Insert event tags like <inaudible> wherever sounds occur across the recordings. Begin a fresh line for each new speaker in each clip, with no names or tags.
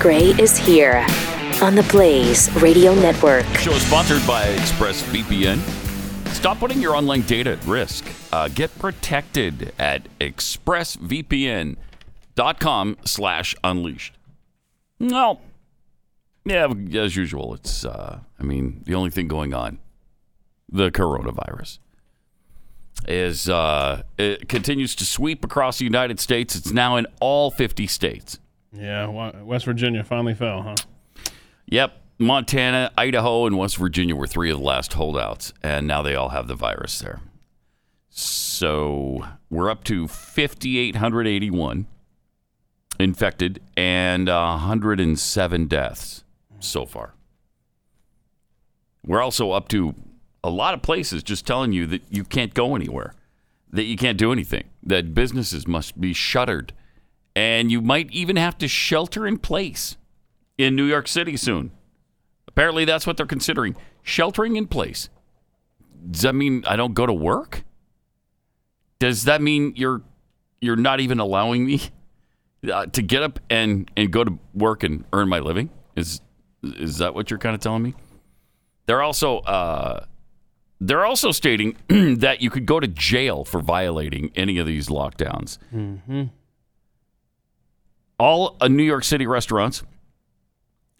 Gray is here on the Blaze Radio Network.
Show is sponsored by ExpressVPN. Stop putting your online data at risk. Uh, get protected at expressvpn.com slash unleashed. No. Yeah, as usual, it's, uh, I mean, the only thing going on, the coronavirus, is uh, it continues to sweep across the United States. It's now in all 50 states.
Yeah, Wa- West Virginia finally fell, huh?
Yep. Montana, Idaho, and West Virginia were three of the last holdouts, and now they all have the virus there. So we're up to 5,881 infected and 107 deaths so far. We're also up to a lot of places just telling you that you can't go anywhere, that you can't do anything, that businesses must be shuttered, and you might even have to shelter in place in New York City soon. Apparently, that's what they're considering sheltering in place. Does that mean I don't go to work? Does that mean you're you're not even allowing me uh, to get up and and go to work and earn my living? Is is that what you're kind of telling me? They're also uh, they're also stating <clears throat> that you could go to jail for violating any of these lockdowns. All uh, New York City restaurants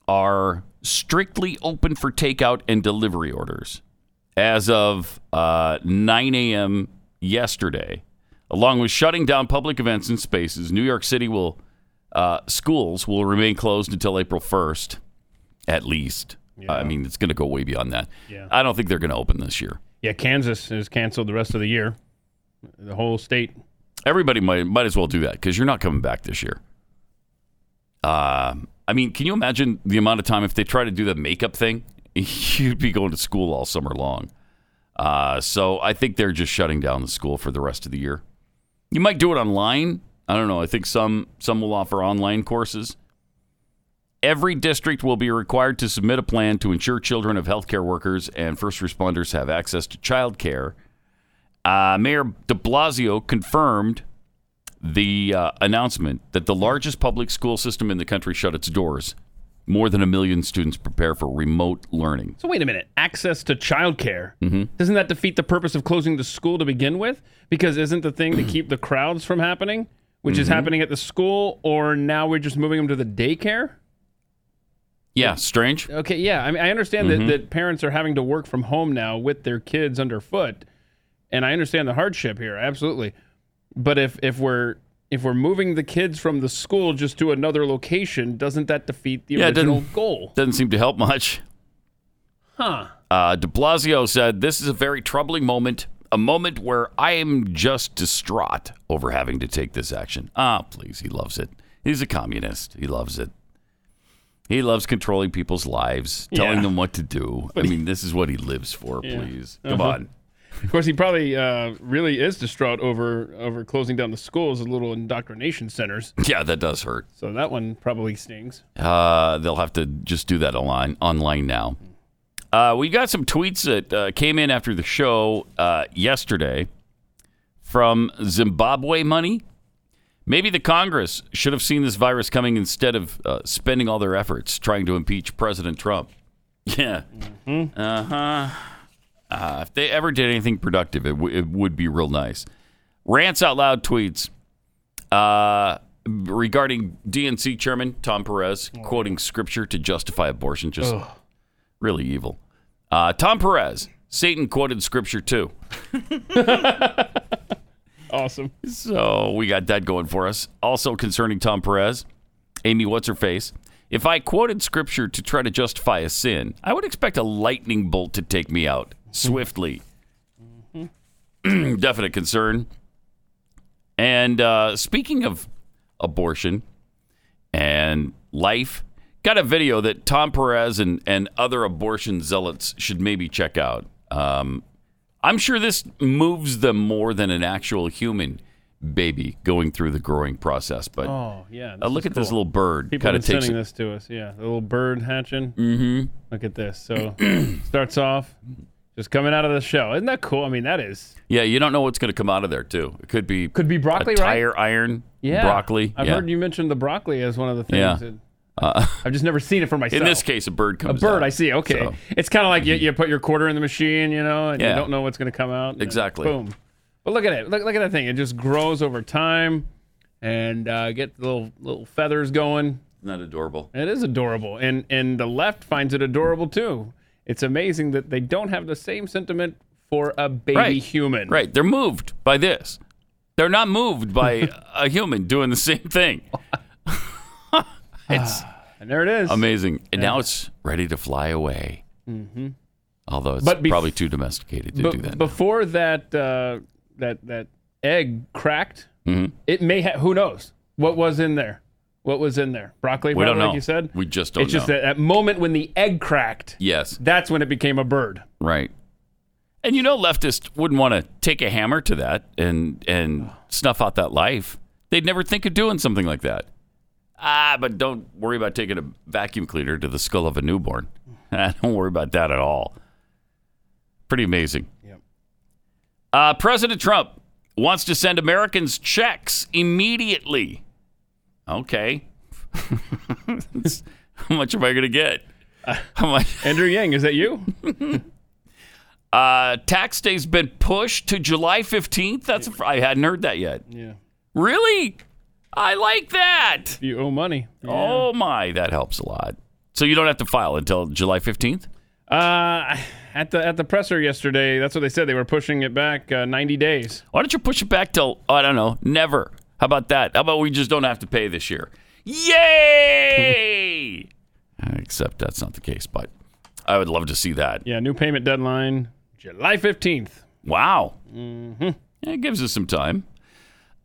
are strictly open for takeout and delivery orders as of uh, 9 a.m. yesterday. Along with shutting down public events and spaces, New York City will uh, schools will remain closed until April 1st, at least. I mean, it's going to go way beyond that.
Yeah.
I don't think they're going to open this year.
Yeah, Kansas has canceled the rest of the year. The whole state.
Everybody might might as well do that because you're not coming back this year. Um, I mean, can you imagine the amount of time if they try to do the makeup thing? <laughs> You'd be going to school all summer long. Uh, so I think they're just shutting down the school for the rest of the year. You might do it online. I don't know. I think some some will offer online courses. Every district will be required to submit a plan to ensure children of healthcare workers and first responders have access to childcare. Uh, Mayor de Blasio confirmed the uh, announcement that the largest public school system in the country shut its doors. More than a million students prepare for remote learning.
So wait a minute. Access to childcare. Mm-hmm. Doesn't that defeat the purpose of closing the school to begin with? Because isn't the thing to keep the crowds from happening, which is happening at the school, or now we're just moving them to the daycare?
Yeah, strange.
Okay, yeah. I mean, I understand
Mm-hmm.
that, that parents are having to work from home now with their kids underfoot, and I understand the hardship here, absolutely. But if if we're if we're moving the kids from the school just to another location, doesn't that defeat the
Yeah, it doesn't-
original goal?
Doesn't seem to help much.
Huh?
Uh, de Blasio said, This is a very troubling moment, a moment where I am just distraught over having to take this action. Ah, please, he loves it. He's a communist. He loves it. He loves controlling people's lives, telling
Yeah.
them what to do. I mean, this is what he lives for, please. Come
Uh-huh.
on.
Of course, he probably uh, really is distraught over over closing down the schools and little indoctrination centers.
Yeah, that does hurt.
So that one probably stings.
Uh, they'll have to just do that online online now. Uh, we got some tweets that uh, came in after the show uh, yesterday from Zimbabwe Money. Maybe the Congress should have seen this virus coming instead of uh, spending all their efforts trying to impeach President Trump. <laughs> Yeah. Uh-huh. Uh huh. Uh, if they ever did anything productive, it, w- it would be real nice. Rants out loud tweets uh, regarding DNC Chairman Tom Perez quoting scripture to justify abortion. Just really evil. Uh, Tom Perez, Satan quoted scripture too.
Awesome.
So we got that going for us. Also concerning Tom Perez, Amy, what's her face? If I quoted scripture to try to justify a sin, I would expect a lightning bolt to take me out swiftly. <clears throat> Definite concern. And uh, speaking of abortion and life, got a video that Tom Perez and, and other abortion zealots should maybe check out. Um, I'm sure this moves them more than an actual human baby going through the growing process. But
Oh yeah.
uh, look
is
at this
cool.
little bird.
People
Kind
have
of
been
takes
sending
it.
this to us. Yeah, the little bird hatching. Mm-hmm. Look at this. So <clears throat> starts off just coming out of the shell. Isn't that cool? I mean, that is
Yeah, you don't know what's going to come out of there too. It could be
could be
a
broccoli, right?
tire iron, broccoli.
I've
yeah.
heard you mentioned the broccoli as one of the things.
Yeah. Uh,
That,
<laughs>
I've just never seen it for myself.
In this case, a bird
a
comes.
bird,
out.
I see. Okay,
So- Mm-hmm.
it's kind of like you, you put your quarter in the machine, you know, and you
Yeah.
don't know what's going to come out. and
Exactly.
Boom. But look at it. Look, look at that thing. It just grows over time, and uh, get little little feathers going.
Isn't that adorable?
It is adorable, and and the left finds it adorable too. It's amazing that they don't have the same sentiment for a baby
Right.
human.
Right. They're moved by this. They're not moved by a human doing the same
<laughs>
thing.
<sighs>
it's
and there it is.
amazing. And now it's ready to fly away. Mm-hmm. Although it's
But bef-
probably too domesticated to
But
do that.
before that, uh, that that egg cracked.
Mm-hmm.
It may have. Who knows what was in there? What was in there? Broccoli,
we don't
probably,
know.
like you said.
We just don't
it's
know.
just that, that moment when the egg cracked.
yes.
That's when it became a bird.
Right. And you know, leftists wouldn't want to take a hammer to that and and snuff out that life. They'd never think of doing something like that. Ah, but don't worry about taking a vacuum cleaner to the skull of a newborn. <laughs> Ah, don't worry about that at all. Pretty amazing.
Yep.
Uh, President Trump wants to send Americans checks immediately. Okay. <laughs> How much am I going to get? How much?
<laughs> Andrew Yang, is that you?
<laughs> Uh, tax day's been pushed to July 15th. That's a fr- I hadn't heard that yet.
yeah.
Really? I like that.
You owe money.
Oh my, that helps a lot. So you don't have to file until July 15th?
Uh, at the at the presser yesterday, that's what they said. They were pushing it back uh, 90 days.
Why don't you push it back till I don't know, never. How about that? How about we just don't have to pay this year? Yay! Except that's not the case, but I would love to see that.
Yeah, new payment deadline July 15th.
Wow. Mm-hmm. It gives us some time.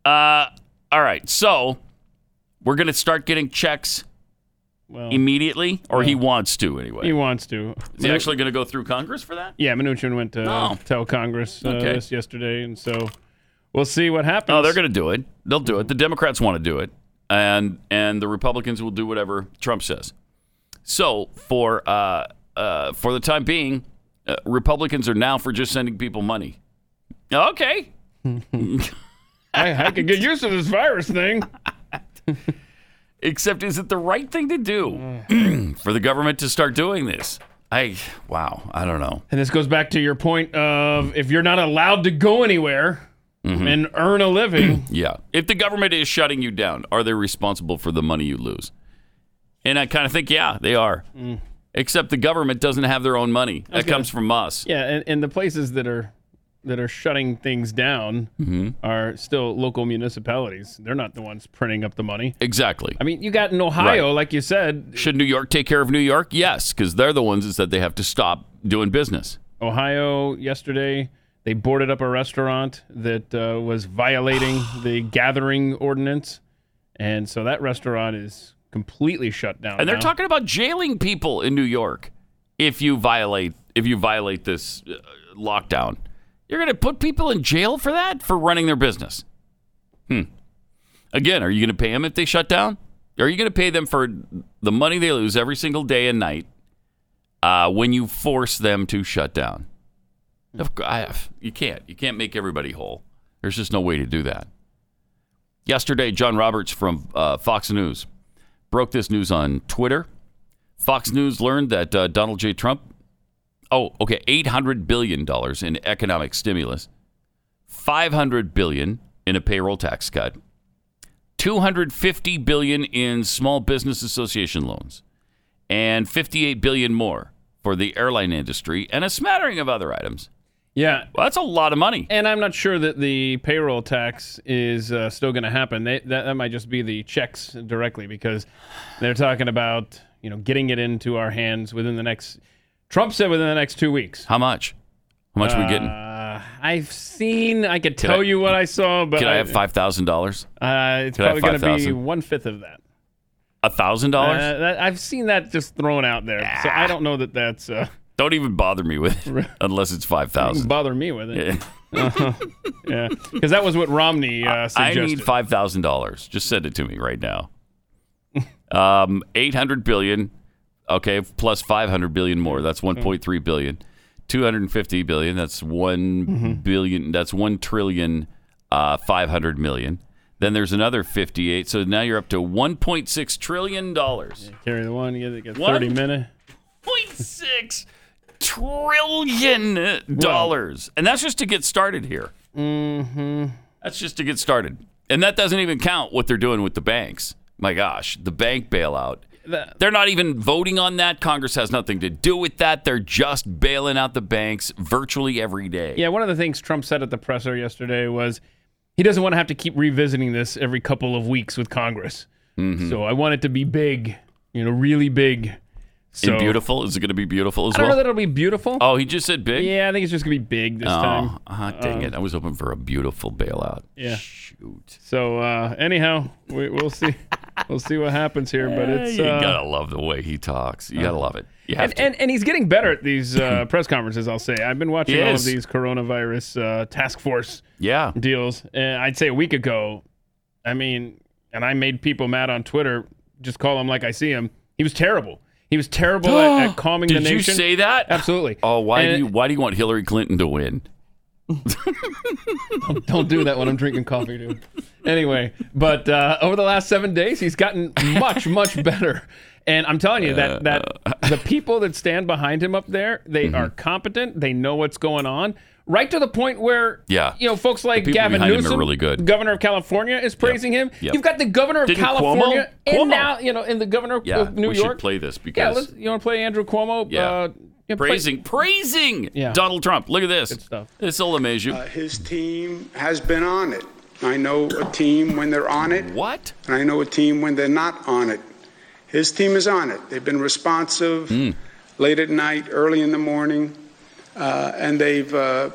Uh, all right. So we're going to start getting checks
Well,
immediately, or he wants to anyway.
he wants to.
Is he actually going to go through Congress for that?
Yeah, Mnuchin went to
No.
tell Congress uh,
Okay.
this yesterday, and so we'll see what happens.
No, Oh, they're going to do it. They'll do it. The Democrats want to do it, and and the Republicans will do whatever Trump says. So for uh, uh, for the time being, uh, Republicans are now for just sending people money. Okay, <laughs>
I, I could get used to this virus thing.
<laughs> Except, is it the right thing to do for the government to start doing this? I, wow, I don't know.
<sighs> And this goes back to your point of if you're not allowed to go anywhere and earn a living,
Mm-hmm. Yeah. If the government is shutting you down, are they responsible for the money you lose? And I kind of think, yeah, they are.
Mm.
Except the government doesn't have their own money. That comes from us.
yeah, and, and the places that are that are shutting things down
Mm-hmm.
are still local municipalities. They're not the ones printing up the money.
Exactly.
I mean, you got in Ohio,
Right.
like you said,
Should New York take care of New York? Yes, because they're the ones that said they have to stop doing business.
Ohio yesterday. They boarded up a restaurant that uh, was violating the gathering ordinance, and so that restaurant is completely shut down.
And they're
now.
talking about jailing people in New York if you violate if you violate this uh, lockdown. You're going to put people in jail for that for running their business. Hmm. Again, are you going to pay them if they shut down? Are you going to pay them for the money they lose every single day and night uh, when you force them to shut down? Of cou- I, you can't. You can't make everybody whole. There's just no way to do that. Yesterday, John Roberts from uh, Fox News broke this news on Twitter. Fox News learned that uh, Donald J. Trump, oh, okay, eight hundred billion dollars in economic stimulus, five hundred billion in a payroll tax cut, two hundred fifty billion in small business association loans, and fifty-eight billion more for the airline industry, and a smattering of other items.
yeah,
Well, that's a lot of money.
and I'm not sure that the payroll tax is uh, still going to happen. They, that, that might just be the checks directly because they're talking about you know getting it into our hands within the next. Trump said within the next two weeks.
How much? How much are we getting?
Uh, I've seen. I could
I-
tell you what I saw, but
Can I have
I-
five thousand dollars?
Uh, it's
Could I have
probably going to be
5,000?
one fifth of that.
A thousand dollars? Ah.
Uh, that. I've seen that just thrown out there, so I don't know that that's uh, <laughs>
Don't even bother me with it unless it's five
doesn't
thousand.
bother me with it.
I
<laughs> Yeah, because that was what Romney uh, suggested.
need five thousand dollars. Just send it to me right now. um, eight hundred billion. Okay, plus five hundred billion more. That's one point three billion. Two hundred and fifty
Mm-hmm.
billion. That's one billion. That's one trillion. Uh, five hundred million. Then there's another 58. So now you're up to 1.6 trillion dollars.
Carry the one. You get, get
What?
thirty minute.
1.6 trillion dollars. And that's just to get started here. Mm-hmm. That's just to get started. And that doesn't even count what they're doing with the banks. My gosh, the bank bailout.
That-
They're not even voting on that. Congress has nothing to do with that. They're just bailing out the banks virtually every day.
Yeah, one of the things Trump said at the presser yesterday was he doesn't want to have to keep revisiting this every couple of weeks with Congress. So I want it to be big, you know, really big. So
Mm-hmm. and beautiful. Is it going to be beautiful as
I don't know
well?
that it'll be beautiful.
oh, he just said big?
Yeah, I think it's just gonna be big this
Oh,
time. Uh, Um,
ah, dang it. I was hoping for a beautiful bailout.
Yeah.
Shoot.
So uh, anyhow, we, we'll see. we'll see what happens here, but it's
you
uh,
gotta love the way he talks. You gotta love it. You have
and,
to.
and and he's getting better at these
<clears throat>
uh, press conferences. I'll say I've been watching
He
all of
is.
these coronavirus uh, task force
yeah.
deals. And I'd say a week ago, I mean, and I made people mad on Twitter. Just call him like I see him. He was terrible. He was terrible
<gasps>
at, at calming
Did
the
you
nation.
say that?
Absolutely.
Oh, why
And-
do you why do you want Hillary Clinton to win?
<laughs> Don't do that when I'm drinking coffee, dude. Anyway, but uh, over the last seven days, he's gotten much, much better. And I'm telling you that that
Uh.
the people that stand behind him up there, they
Mm-hmm.
are competent. They know what's going on, right to the point where
Yeah.
you know, folks like
people
Gavin
behind him are
Newsom,
really good.
governor of California, is praising him.
Yep.
You've got the governor of
Didn't Cuomo-
California
Cuomo.
and now you know, and the governor of-
Yeah,
of New
we
York.
should play this because
yeah, let's, you want to play Andrew Cuomo?
Yeah.
Uh, yeah, play-
praising praising
Yeah.
Donald Trump. Look at this. Good
stuff.
This will amaze you.
Uh, His team has been on it. I know a team when they're on it,
what?
and I know a team when they're not on it. His team is on it. They've been responsive late at night, early in the morning, uh, and they've uh,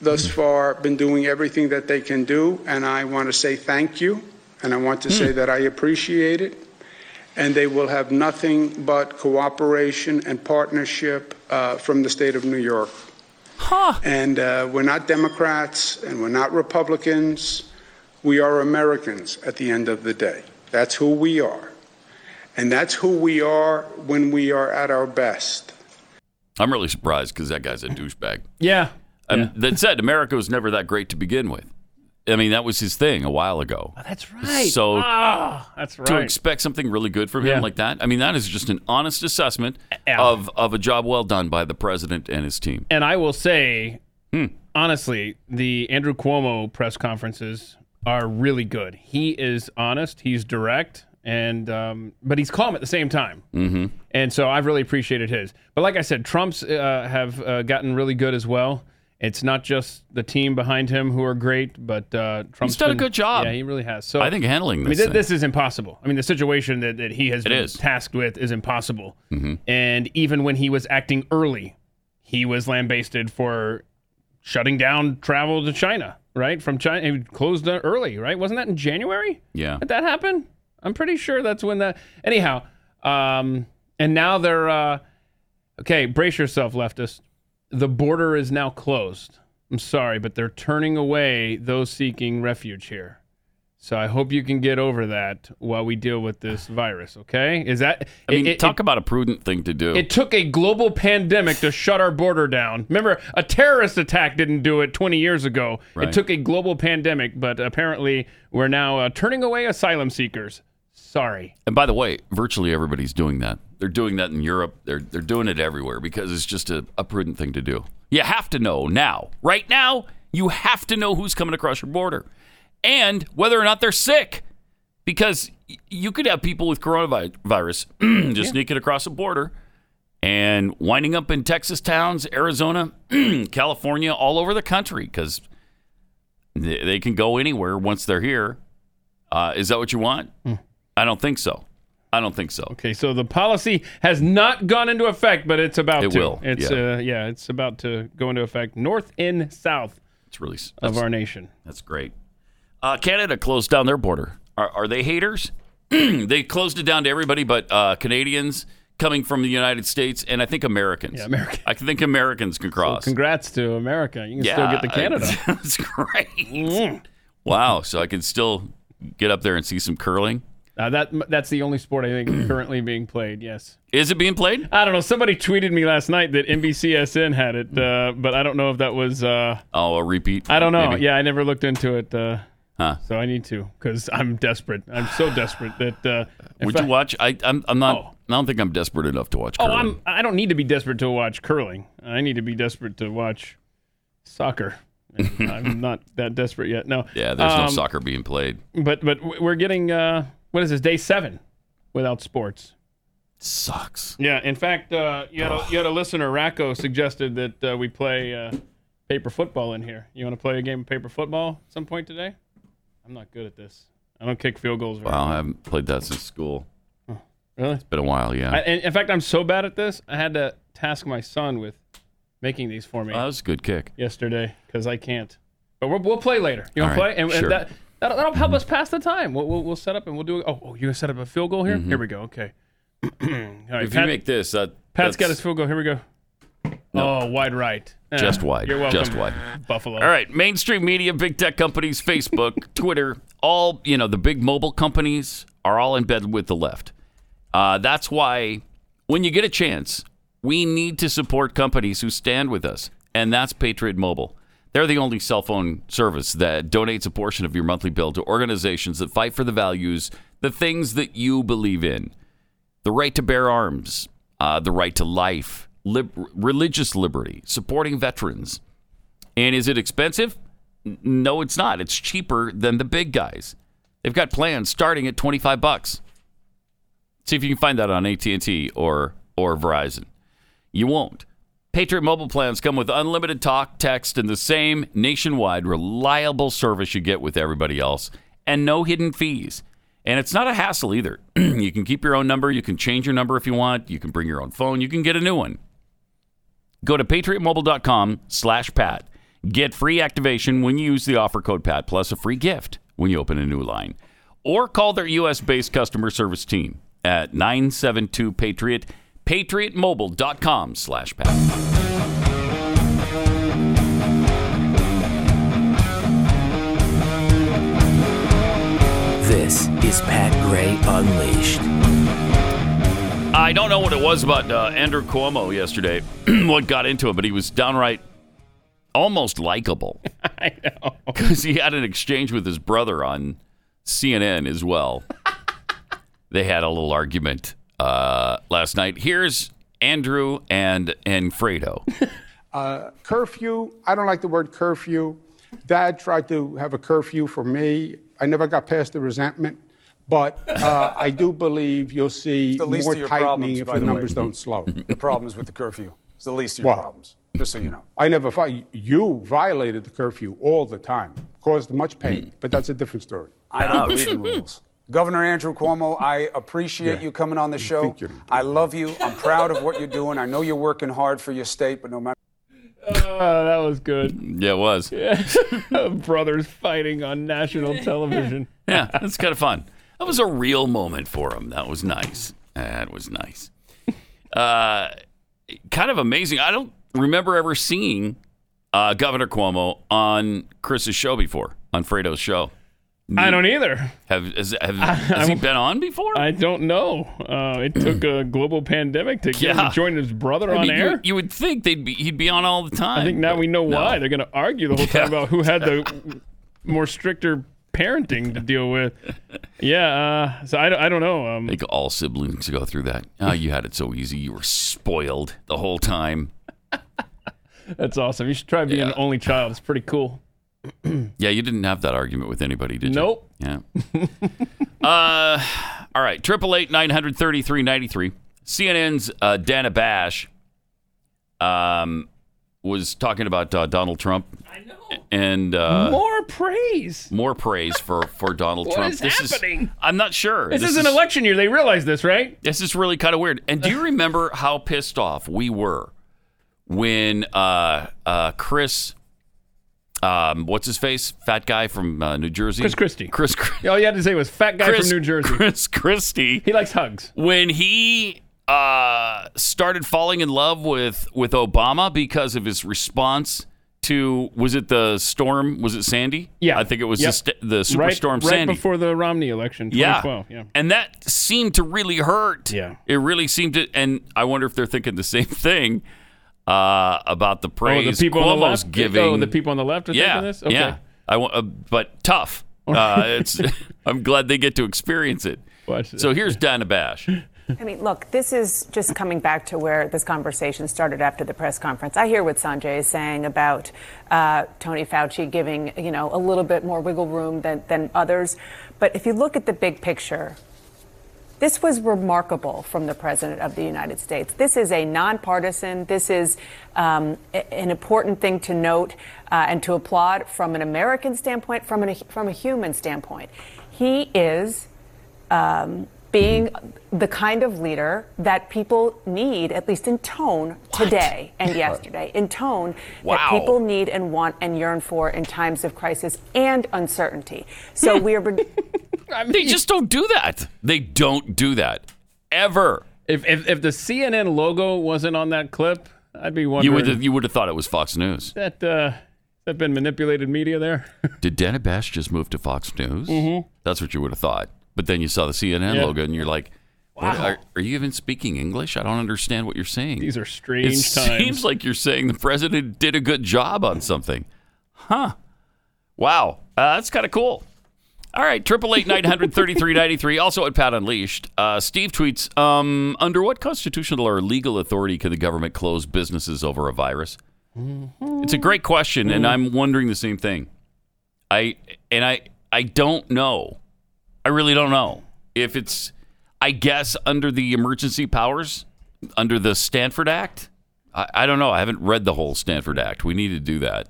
thus far been doing everything that they can do. And I want to say thank you, and I want to say that I appreciate it. And they will have nothing but cooperation and partnership uh, from the state of New York. And uh, we're not Democrats and we're not Republicans. We are Americans at the end of the day. That's who we are. And that's who we are when we are at our best.
I'm really surprised because that guy's a douchebag.
Yeah.
Um, That said, America was never that great to begin with. I mean, that was his thing a while ago.
That's right.
So
ah, that's right.
to expect something really good from him
Yeah.
like that, I mean, that is just an honest assessment
Yeah.
of of a job well done by the president and his team.
and I will say,
Hmm.
honestly, the Andrew Cuomo press conferences are really good. He is honest, he's direct, and um, but he's calm at the same time. Mm-hmm. And so I've really appreciated his. But like I said, Trump's uh, have uh, gotten really good as well. It's not just the team behind him who are great, but uh, Trump's
done a
been-
good job.
Yeah, he really has. So
I think handling
I mean,
this.
thi-
thing-
this is impossible. I mean, the situation that, that he has been
is.
tasked with is impossible.
Mm-hmm.
And even when he was acting early, he was lambasted for shutting down travel to China, right? From China, he closed down early, right? Wasn't that in January?
Yeah.
Did that happen? I'm pretty sure that's when that. Anyhow, um, and now they're uh, okay. Brace yourself, leftist. The border is now closed. I'm sorry, but they're turning away those seeking refuge here. So I hope you can get over that while we deal with this virus. Okay? Is that?
I mean,
it, it-
talk about a prudent thing to do.
it took a global pandemic to shut our border down. Remember, a terrorist attack didn't do it 20 years ago.
Right.
It took a global pandemic, but apparently we're now uh, turning away asylum seekers. Sorry.
and by the way, virtually everybody's doing that. They're doing that in Europe. They're they're doing it everywhere because it's just a, a prudent thing to do. You have to know now. Right now, you have to know who's coming across your border and whether or not they're sick. Because y- you could have people with coronavirus <clears throat> just sneaking across the border and winding up in Texas towns, Arizona, <clears throat> California, all over the country because they, they can go anywhere once they're here. Uh, is that what you want? I don't think so. I don't think so.
Hmm. Okay, so the policy has not gone into effect, but it's about
It
to.
will,
It's
yeah.
Uh, yeah, it's about to go into effect north and south
It's really that's,
of our nation.
that's great. Uh, Canada closed down their border. Are, are they haters? <clears throat> they closed it down to everybody but uh, Canadians coming from the United States and I think Americans.
Yeah, American.
I think Americans can cross.
Congrats to America. You can still get
<laughs>
to Canada. Mm.
I- that's great. Wow. So I can still get up there and see some curling.
Uh, that that's the only sport I
<clears throat>
think currently being played. Yes.
Is it being played?
I don't know. Somebody tweeted me last night that NBCSN had it, uh, but I don't know if that was. Uh,
Oh, a repeat.
I don't know.
maybe.
Yeah, I never looked into it. Uh, So I need to because I'm desperate. I'm so desperate that. Uh, in
Would you
fact-
watch? I, I'm, I'm not.
Oh.
I don't think I'm desperate enough to watch.
Oh,
curling.
I'm. I don't need to be desperate to watch curling. I need to be desperate to watch
<laughs>
soccer. And I'm not that desperate yet. No.
Yeah, there's no
Um,
soccer being played.
But but w- we're getting uh, what is this day seven without sports?
Sucks.
Yeah. In fact, uh, you had a, you had a listener Racco suggested that uh, we play uh, paper football in here. You want to play a game of paper football at some point today? I'm not good at this. I don't kick field goals. Very
Wow, I haven't played that since school.
Really?
Been a while, yeah.
I, and in fact, I'm so bad at this, I had to task my son with making these for me
Oh, that was a good kick.
yesterday because I can't. But we'll, we'll play later. You want
All
to
right,
play? And,
sure.
and that, that'll, that'll help us pass the time. We'll, we'll, we'll set up and we'll do it. Oh, oh, you going to set up a field goal here? Here we go. Okay. <clears throat> All right.
Mm-hmm. If
Pat,
you make this, that
Pat's
that's
got his field goal. Here we go. Oh, wide right. Eh,
just wide.
You're welcome.
Just wide. Er,
Buffalo.
All right, mainstream media, big tech companies, Facebook, Twitter, all you know, the big mobile companies are all in bed with the left. Uh, that's why, when you get a chance, we need to support companies who stand with us, and that's Patriot Mobile. They're the only cell phone service that donates a portion of your monthly bill to organizations that fight for the values, the things that you believe in the right to bear arms, uh, the right to life, lib- religious liberty, supporting veterans. And is it expensive? N- No, it's not. It's cheaper than the big guys. They've got plans starting at 25 bucks. See if you can find that on AT&T or or Verizon. You won't. Patriot Mobile plans come with unlimited talk, text, and the same nationwide reliable service you get with everybody else, and no hidden fees. And it's not a hassle either. <clears throat> you can keep your own number, you can change your number if you want, you can bring your own phone, you can get a new one. Go to patriotmobile.com slash Pat. Get free activation when you use the offer code PAT plus a free gift when you open a new line. Or call their US based customer service team at 972 Patriot, patriotmobile.com slash Pat.
This is Pat Gray Unleashed.
I don't know what it was about uh, Andrew Cuomo yesterday, <clears throat> what got into him, but he was downright almost likable. <laughs> I know. Because he had an exchange with his brother on CNN as <laughs> well. they had a little argument uh, last night. Here's Andrew and and Fredo.
Uh, curfew. I don't like the word curfew. Dad tried to have a curfew for me. I never got past the resentment, but uh, I do believe you'll see
the least
more
of your
tightening
problems,
if
by
the,
the way.
numbers don't slow.
<laughs> The problems with the curfew. It's the least of your
Wow.
problems. Just so you know.
I never fi- you violated the curfew all the time, caused much pain, but that's a different story.
Mm. I don't read the rules. Governor Andrew Cuomo, I appreciate you coming on the show.
think you're-
I love you. I'm proud of what you're doing. I know you're working hard for your state, but no matter.
Oh, that was good. <laughs>
Yeah, it was. Yeah,
Brothers fighting on national television.
that's kind of fun. That was a real moment for him. That was nice. That was nice. Uh, kind of amazing. I don't remember ever seeing uh, Governor Cuomo on Chris's show before, on Fredo's show.
I don't either.
Have has, have, <laughs> has he been on before?
I don't know. Uh, it took a global pandemic to get him
Yeah.
to join his <laughs> brother
I
on
mean,
air.
You, you would think they'd be he'd be on all the time.
I think now we know
No.
why they're going to argue the whole time
Yeah.
about who
<laughs>
had the more stricter parenting to deal with. Yeah, uh, so I, don't- I don't know. Um,
I think all siblings go through that. Oh, you had it so easy. You were spoiled the whole time.
that's awesome. You should try being an
Yeah.
only child. It's pretty cool.
Yeah, you didn't have that argument with anybody, did you?
Nope.
Yeah. <laughs> uh, all right. Triple eight nine hundred thirty three ninety three. CNN's uh, Dana Bash um, was talking about uh, Donald Trump. I know. And uh,
More praise.
more praise for for Donald
What
Trump.
is happening?
I'm not sure.
This, is an election year. They realize this, right?
This is really kind of weird. And
<laughs>
do you remember how pissed off we were when uh, uh, Chris, um, what's his face, fat guy from uh, New Jersey,
Chris Christie.
Chris, Chris,
<laughs> All you had to say was fat guy
Chris
from New Jersey.
Chris Christie,
He likes hugs.
when he uh, started falling in love with with Obama because of his response to was it the storm? Was it Sandy?
Yeah.
I think it was
Yep.
the, st- the
right,
superstorm
right
Sandy.
before the Romney election, 2012. Yeah.
And that seemed to really hurt.
Yeah. Oh,
It really seemed to. And I wonder if they're thinking the same thing uh, about the
Oh, the
praise
people on the
Cuomo's
left.
giving.
Oh, the people on the left are
yeah.
thinking this. Okay.
Yeah. I, wa- uh, but tough.
Oh.
Uh,
<laughs>
it's, I'm glad they get to experience it.
Watch this.
So here's Donna
<laughs>
Bash.
<laughs> I mean, look, this is just coming back to where this conversation started after the press conference. I hear what Sanjay is saying about uh, Tony Fauci giving, you know, a little bit more wiggle room than, than others. But if you look at the big picture, this was remarkable from the President of the United States. This is a nonpartisan, this is um, a- an important thing to note uh, and to applaud from an American standpoint, from, an, from a human standpoint. He is um, being the kind of leader that people need, at least in tone today and yesterday, in tone
Wow.
that people need and want and yearn for in times of crisis and uncertainty. So we are.
They just don't do that. They don't do that ever.
If, if if the CNN logo wasn't on that clip, I'd be
You
wondering
would you would have thought it was Fox News.
<laughs> that uh, that been manipulated media there.
Did Dana Bash just move to Fox News? Mm-hmm. That's what you would have thought. But then you saw the CNN
Yeah.
logo and you're like, what, are, are you even speaking English? I don't understand what you're saying.
These are
it
strange times.
seems like you're saying the president did a good job on something. Huh. Wow. Uh, that's kind of cool. All right.
<laughs>
888 Also at Pat Unleashed, uh, Steve tweets um, Under what constitutional or legal authority can the government close businesses over a virus? It's a great question, and
Mm-hmm.
I'm wondering the same thing. I and I I don't know. I really don't know if it's. I guess under the emergency powers, under the Stanford Act. I, I don't know. I haven't read the whole Stanford Act. We need to do that.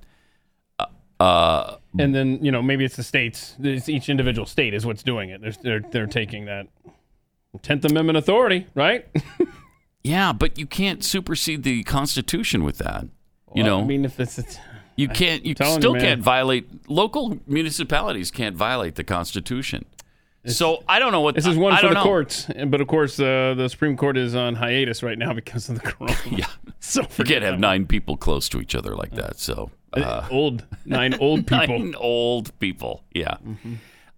Uh,
and then you know maybe it's the states. It's each individual state is what's doing it. They're they're, they're taking that Tenth Amendment authority, right? <laughs>
yeah, but you can't supersede the Constitution with that. You know,
I mean, if it's, it's
you can't. You
telling you,
still
man.
can't violate. Local municipalities can't violate the Constitution. So I don't know what
this is one
I, I
for
don't
the
know.
courts, and, but of course uh, the Supreme Court is on hiatus right now <laughs> because of the
<laughs>
coronavirus.
Yeah,
<laughs> so
you
forget
can't have nine people close to each other like that. So uh,
old nine old people.
<laughs>
Mm-hmm.
Nine old people. Yeah.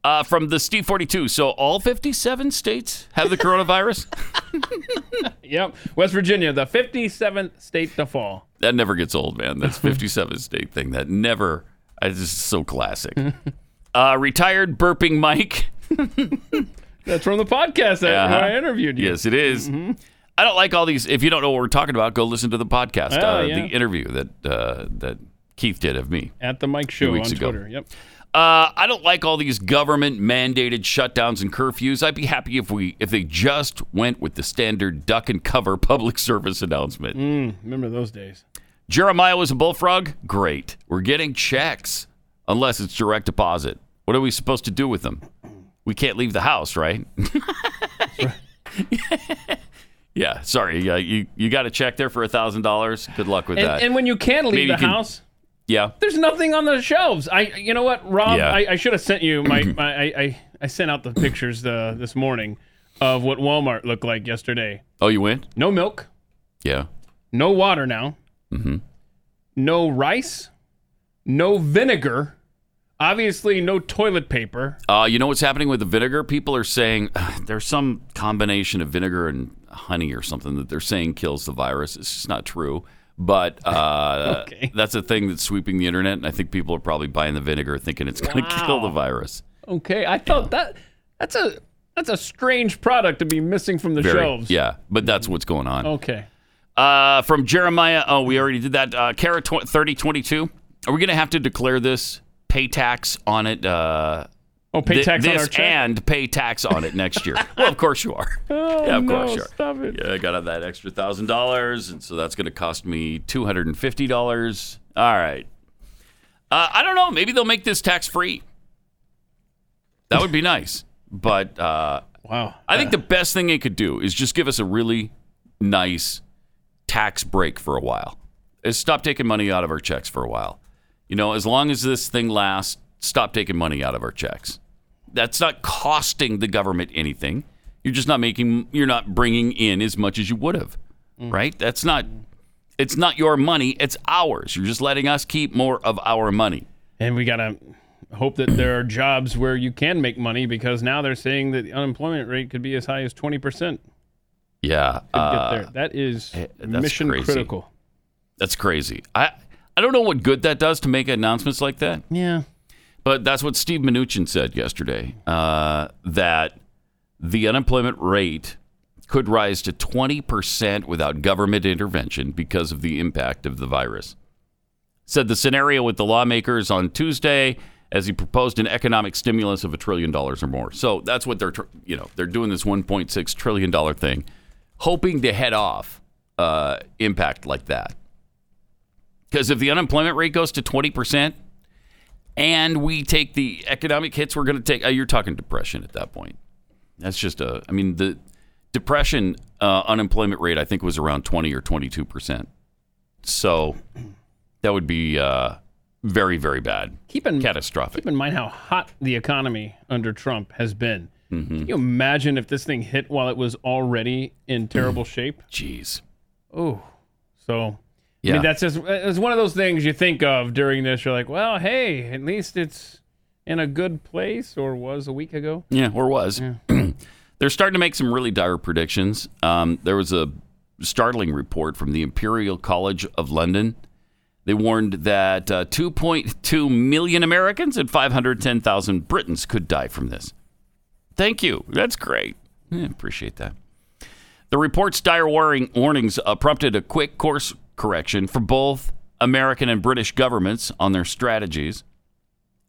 Uh, from the Steve 42. So all 57 states have the coronavirus?
<laughs>
<laughs>
Yep, West Virginia, the fifty-seventh state to fall.
that never gets old, man. That's 57 state thing. That never, it's just so classic.
<laughs>
uh, retired burping Mike.
That's from the podcast that
Uh-huh.
where I interviewed you. Mm-hmm.
Yes, it is. I don't like all these. If you don't know what we're talking about, go listen to the podcast,
Oh,
uh,
yeah.
the interview that uh, that Keith did of me.
At the Mike Show on
weeks ago.
Twitter. Yep.
Uh, I don't like all these government mandated shutdowns and curfews. I'd be happy if we if they just went with the standard duck and cover <laughs> public service announcement.
Mm, Remember those days.
Jeremiah was a bullfrog. Great. We're getting checks unless it's direct deposit. What are we supposed to do with them? We can't leave the house, right? <laughs> yeah. Sorry. Yeah. You you got a check there for a thousand dollars. Good luck with
And,
that.
and when you can
Maybe
leave
you
the
can-
house,
yeah.
there's nothing on the shelves. I, you know what, Rob?
Yeah.
I, I should have sent you <clears throat> my, my I, I, I sent out the pictures uh, this morning of what Walmart looked like yesterday.
Oh, you win.
No milk,
Yeah.
no water now, Mm-hmm. no rice, no vinegar, obviously no toilet paper.
Uh, you know what's happening with the vinegar? People are saying "Ugh, there's some combination of vinegar and honey or something that they're saying kills the virus. It's just not true. But uh,
<laughs> Okay.
that's a thing that's sweeping the internet, and I think people are probably buying the vinegar thinking it's going to kill the virus.
Okay, I thought that that's a that's a strange product to be missing from the
Very-
shelves. Mm-hmm. Oh.
Yeah, but that's what's going on.
Okay.
Uh, from Jeremiah, oh, we already did that. Uh, Kara tw- 3022, are we going to have to declare this, pay tax on it? Uh,
Oh, pay
thi-
tax on
this
our check.
and pay tax on it next
<laughs>
year. well, of course you are.
Oh,
yeah, of course you are.
stop it.
Yeah, I got that extra thousand dollars, and so that's going to cost me two hundred and fifty dollars. All right. Uh, I don't know. Maybe they'll make this tax free. That would be nice, but uh,
Wow.
I think the best thing they could do is just give us a really nice tax break for a while. Is stop taking money out of our checks for a while. You know, as long as this thing lasts, stop taking money out of our checks. That's not costing the government anything. You're just not making you're not bringing in as much as you would have. Right? That's not it's not your money, it's ours. You're just letting us keep more of our money.
And we gotta hope that there are jobs where you can make money because now they're saying that the unemployment rate could be as high as twenty percent.
Yeah. uh,
get there. That is
that's
mission
crazy.
critical.
that's crazy. I I don't know what good that does to make announcements like that.
Yeah.
But that's what Steve Mnuchin said yesterday uh, that the unemployment rate could rise to 20% without government intervention because of the impact of the virus. Said the scenario with the lawmakers on Tuesday as he proposed an economic stimulus of a trillion dollars or more. So that's what they're, tr- you know, they're doing this 1.6 trillion dollar thing, hoping to head off uh, impact like that. Because if the unemployment rate goes to 20%, and we take the economic hits we're going to take. Uh, you're talking depression at that point. That's just a, I mean, the depression uh, unemployment rate, I think, was around 20 or 22%. So that would be uh, very, very bad.
Keep in,
Catastrophic.
keep in mind how hot the economy under Trump has been.
Mm-hmm.
Can you imagine if this thing hit while it was already in terrible shape?
Mm. Jeez.
Oh, so I
Yeah.
mean, that's just uh, it's one of those things you think of during this. You're like, well, hey, at least it's in a good place, or was a week ago.
Yeah, or was. <clears throat> They're starting to make some really dire predictions. Um, there was a startling report from the Imperial College of London. They warned that uh, 2.2 million Americans and 510,000 Britons could die from this. Thank you. That's great. Yeah, appreciate that. The report's dire warning, warnings uh, prompted a quick course correction for both American and British governments on their strategies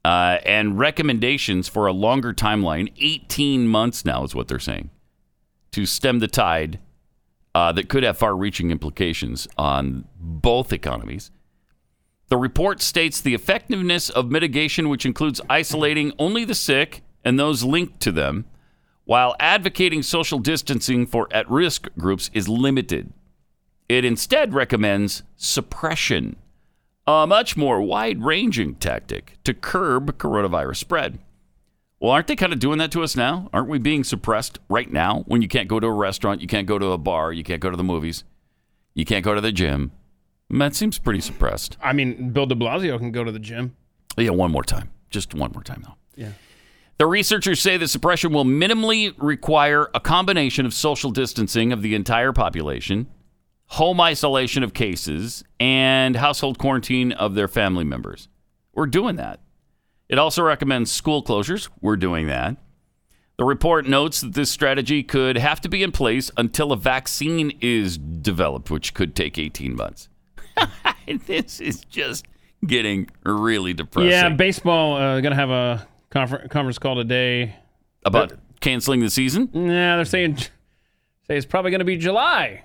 uh, and recommendations for a longer timeline. 18 months now is what they're saying to stem the tide uh, that could have far reaching implications on both economies. The report states the effectiveness of mitigation, which includes isolating only the sick and those linked to them, while advocating social distancing for at risk groups, is limited. It instead recommends suppression a much more wide ranging tactic to curb coronavirus spread. Well, aren't they kind of doing that to us now? Aren't we being suppressed right now when you can't go to a restaurant, you can't go to a bar, you can't go to the movies, you can't go to the gym? That seems pretty suppressed.
I mean, Bill De Blasio can go to the gym.
Oh, Yeah, one more time. Just one more time, though. Yeah. The researchers say the suppression will minimally require a combination of social distancing of the entire population, home isolation of cases, and household quarantine of their family members. We're doing that. It also recommends school closures. We're doing that. The report notes that this strategy could have to be in place until a vaccine is developed, which could take 18 months. <laughs> this is just getting really depressing.
Yeah, baseball uh, gonna have a confer- conference call today.
about canceling the season?
Nah, they're saying say it's probably gonna be July.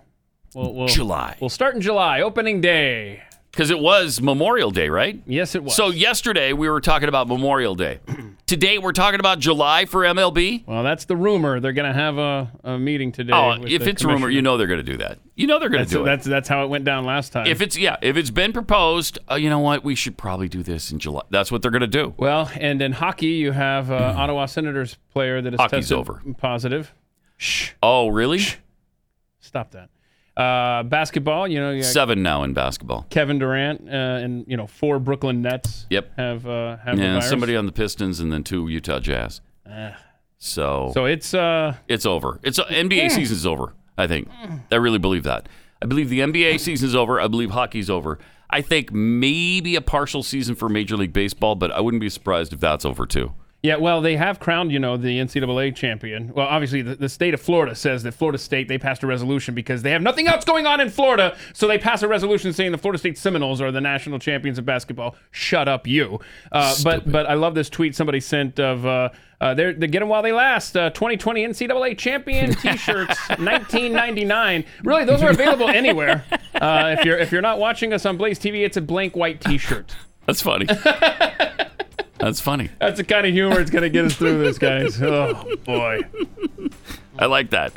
We'll, we'll,
July.
We'll start in July, opening day.
Because it was Memorial Day, right?
Yes, it was.
So yesterday we were talking about Memorial
<clears throat>
Day. Today we're talking about July for MLB.
well, that's the rumor. They're gonna have a, a meeting today.
Oh,
with
if
the
it's rumor,
commissioner.
you know they're going to do that. You know they're going to
that's,
do it.
that's that's how it went down last time.
If it's yeah, if it's been proposed, uh, you know what? We should probably do this in July. That's what they're going to do.
Well, and in hockey, you have uh, Ottawa Senators player that is
Hmm. Hockey's
tested
over.
positive.
Oh, really?
Stop that. Uh, basketball, you know, you got
Seven now in basketball.
Kevin Durant uh, and you know four Brooklyn Nets.
Yep.
Have uh, have the
Yeah,
virus.
somebody on the Pistons and then two Utah Jazz. So
So it's uh,
It's over. It's uh, NBA season's over. I think. I really believe that. I believe the
<laughs>
NBA season's over. I believe hockey's over. I think maybe a partial season for Major League Baseball, but I wouldn't be surprised if that's over too.
yeah. Well, they have crowned you know the NCAA champion. Well, obviously the, the state of Florida says that Florida State they passed a resolution because they have nothing else going on in Florida, so they pass a resolution saying the Florida State Seminoles are the national champions of basketball. Shut up, you. Uh, but but I love this tweet somebody sent of. Uh, uh, they're, they get them while they last. Uh, 2020 NCAA champion T-shirts, 19.99. Really, those are available anywhere. Uh, if you're if you're not watching us on Blaze TV, it's a blank white T-shirt.
That's
<laughs>
funny. that's funny.
That's the kind of humor it's going to get us through this, guys. <laughs> Oh, boy.
I like that.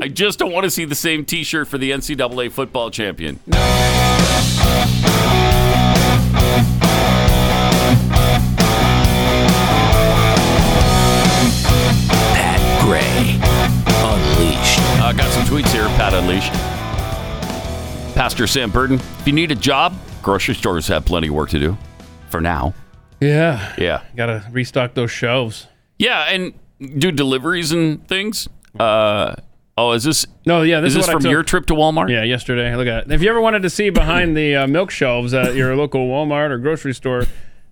I just don't want to see the same T-shirt for the NCAA football champion.
Pat Gray Unleashed.
Uh, got some tweets here, Pat Unleash. Pastor Sam Burton, if you need a job, grocery stores have plenty of work to do. For now.
Yeah.
Yeah.
Got to restock those shelves.
Yeah, and do deliveries and things. Uh, oh, is this
No, yeah, this
is
is,
this
what I
from
took-
your trip to Walmart?
Yeah, yesterday. Look at it. If you ever wanted to see behind the uh, milk shelves at your local Walmart or grocery store,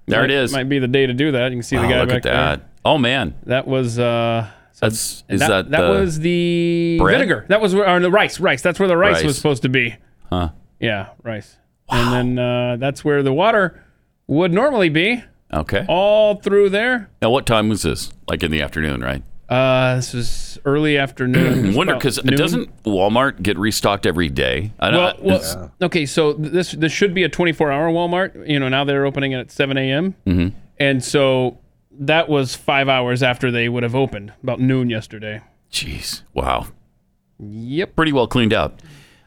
There it is.
Might be the day to do that. You can see the
Oh,
guy
look
back
at that.
there.
Oh man,
That was uh,
that's is
that,
that
that
the-
was the
bread?
vinegar. That was where, or the rice. Rice. That's where the rice,
Rice.
was supposed to be.
Huh.
Yeah, rice. And then uh, that's where the water would normally be.
okay?
All through there.
Now what time was this? Like in the afternoon,
<clears throat>
right?
Uh, this was early
<clears throat>
afternoon.
Wonder
About
because
noon.
doesn't Walmart get restocked every day? I
Well,
don't. uh,
well
it's-
okay, so th- this this should be a 24 hour Walmart. You know, now they're opening it at 7 a.m. Mm-hmm. And so that was five hours after they would have opened, about noon yesterday.
Jeez, wow.
Yep.
pretty well cleaned out.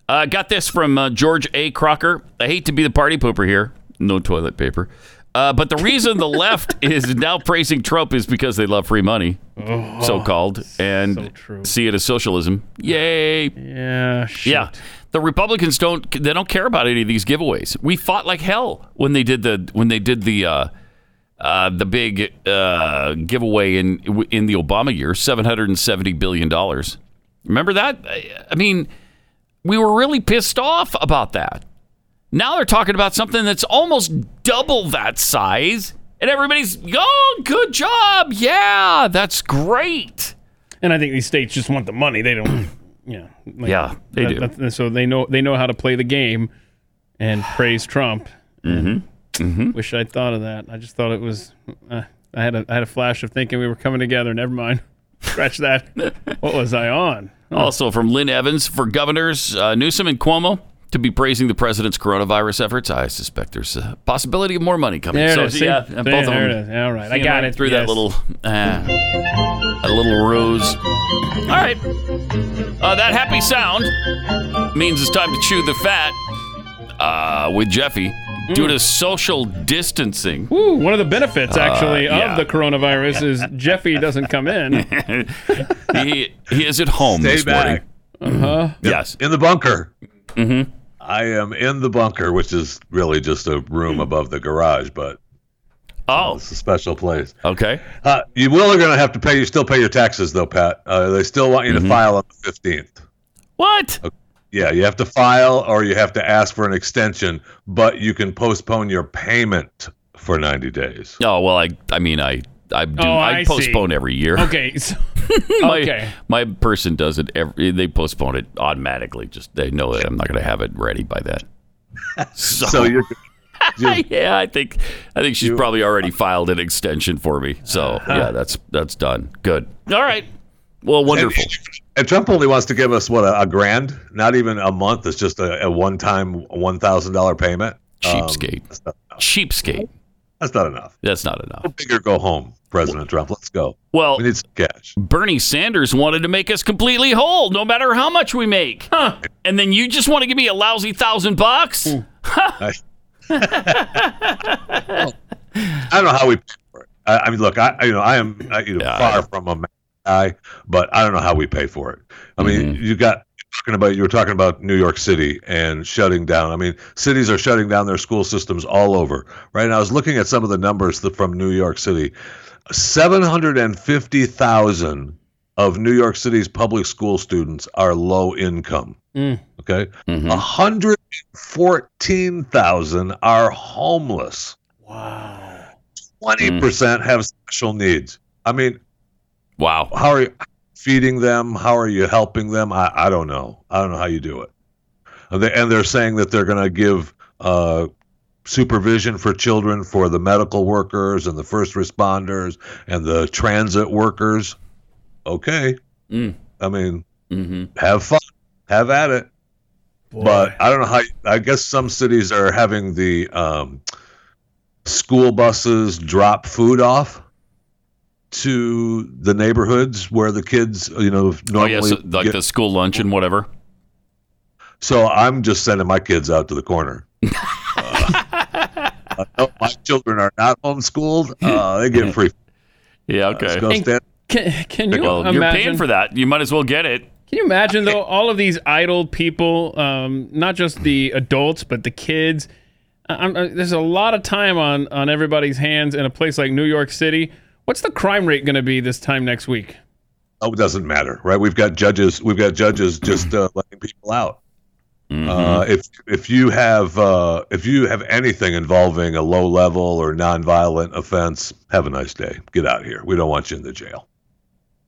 Uh, got this from uh, George A. Crocker. I hate to be the party pooper here. No toilet paper. Uh, but the reason
<laughs>
the left is now praising Trump is because they love free money, so called, and
Oh, true.
see it as socialism. Yay!
Yeah. Shit.
Yeah, the Republicans don't. They don't care about any of these giveaways. We fought like hell when they did the when they did the uh, uh, the big uh, giveaway in in the Obama year, seven hundred and seventy billion dollars. Remember that? I- I mean, we were really pissed off about that. Now they're talking about something that's almost double that size, and everybody's, oh, good job, yeah, that's great.
And I think these states just want the money. They
<clears throat>
don't. yeah. like,
Yeah, they do.
that's- so they know they know how to play the game, and praise Trump. Mm-hmm.
Hmm?
Mm-hmm. Wish I'd thought of that. I just thought it was. Uh, I had a I had a flash of thinking we were coming together. Never mind. <laughs> Scratch that. what was I on?
Also from Lynn Evans for governors uh, Newsom and Cuomo to be praising the president's coronavirus efforts. I suspect there's a possibility of more money coming.
There
so
it is. See?
yeah,
See,
both
there
of them.
it is. All right, I
you
got
know,
it.
through that
Yes.
little uh, a little ruse. All right, uh, that happy sound means it's time to chew the fat uh, with Jeffy due
Mm.
to social distancing. <laughs>
Ooh, one of the benefits actually
Uh, yeah.
of the
<laughs>
coronavirus is Jeffy doesn't come in.
he he is at home
Stay
this morning.
back.
Uh-huh.
Yes.
In the bunker. Mm-hmm. I am in the bunker, which is really just a room above the garage, but
Mm. Oh,
it's a special place.
okay.
Uh, you will are going to have to pay. You still pay your taxes though, Pat. Uh, they still want you to file on the fifteenth.
Mm-hmm.
Uh,
What?
Yeah, you have to file, or you have to ask for an extension, but you can postpone your payment for ninety days.
Oh well, I I mean I I do
Oh,
I,
I see.
postpone every year.
Okay. <laughs> So,
my,
okay.
my person does it every. They postpone it automatically. Just they know that I'm not going to have it ready by then. <laughs> So, <laughs>
So you're
yeah, I think I think she's probably already filed an extension for me. So
Uh-huh.
yeah, that's that's done. Good. All right. Well, wonderful.
And Trump only wants to give us what a, a grand, not even a month. It's just a, a one-time one thousand dollar payment. Um,
Cheapskate.
that's, not,
Cheapskate.
that's not enough.
That's not enough.
Bigger go home, President Trump. Let's go.
Well,
We need some cash.
Bernie Sanders wanted to make us completely whole, no matter how much we make. Huh. And then you just want to give me a lousy thousand bucks?
Hmm. I, I don't know how we. Pay for it. I, I mean, look, I I- you know I am I, you know
Yeah, I
far from a mad guy, but I don't know how we pay for it. I mean,
Mm-hmm.
you got talking about you were talking about New York City and shutting down. I mean, cities are shutting down their school systems all over right now. I was looking at some of the numbers that, from New York City, seven hundred and fifty thousand of New York City's public school students are low income. Okay. 114,000 are homeless. Wow. 20% have special needs. I mean,
Wow.
how are you feeding them? How are you helping them? I, I don't know. I don't know how you do it. And, they, and they're saying that they're going to give uh, supervision for children for the medical workers and the first responders and the transit workers. Okay.
Mm.
I mean,
Mm-hmm.
have fun, have at it. But I don't know how. I guess some cities are having the um, school buses drop food off to the neighborhoods where the kids, you know,
Oh
normally.
yeah, so, like
get-
the school lunch and whatever.
so I'm just sending my kids out to the corner. uh, no, my children are not
<laughs>
homeschooled. Uh, they get free. Uh,
Yeah,
Let's
okay.
go stand-
can, can you
Well,
imagine?
you're paying for that. You might as well get it.
Can you imagine though all of these idle people, um, not just the adults but the kids? I- I'm, I- there's a lot of time on on everybody's hands in a place like New York City. What's the crime rate going to be this time next week?
Oh, it doesn't matter, right? We've got judges. We've got judges just uh, letting people out. Uh, if if you have uh, if you have anything involving a low level or nonviolent offense, have a nice day. Get out of here. We don't want you in the jail.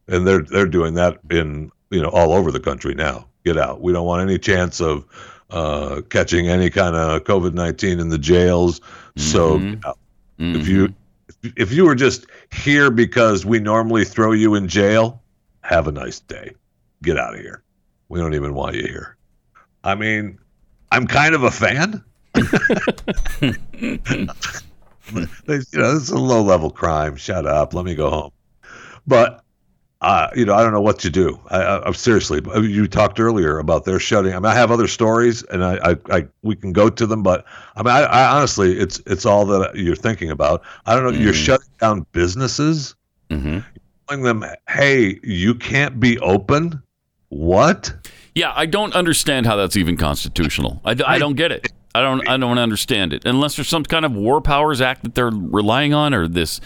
And they're they're doing that in you know all over the country now. Get out. We don't want any chance of uh, catching any kind of COVID nineteen in the jails. So get out. if you if you were just here because we normally throw you in jail, have a nice day. Get out of here. We don't even want you here. I mean, I'm kind of a fan. <laughs> They- you know, it's a low level crime. Shut up. Let me go home. But uh, you know, I don't know what to do. I, I, I'm seriously. You talked earlier about their shutting. I mean, I have other stories, and I, I, I we can go to them. But I mean, I, I honestly, it's it's all that you're thinking about. I don't know. You're shutting down businesses. Telling them, hey, you can't be open. What?
Yeah, I don't understand how that's even constitutional. I, d- I don't get it. I don't. I don't understand it. Unless there's some kind of War Powers Act that they're relying on, or this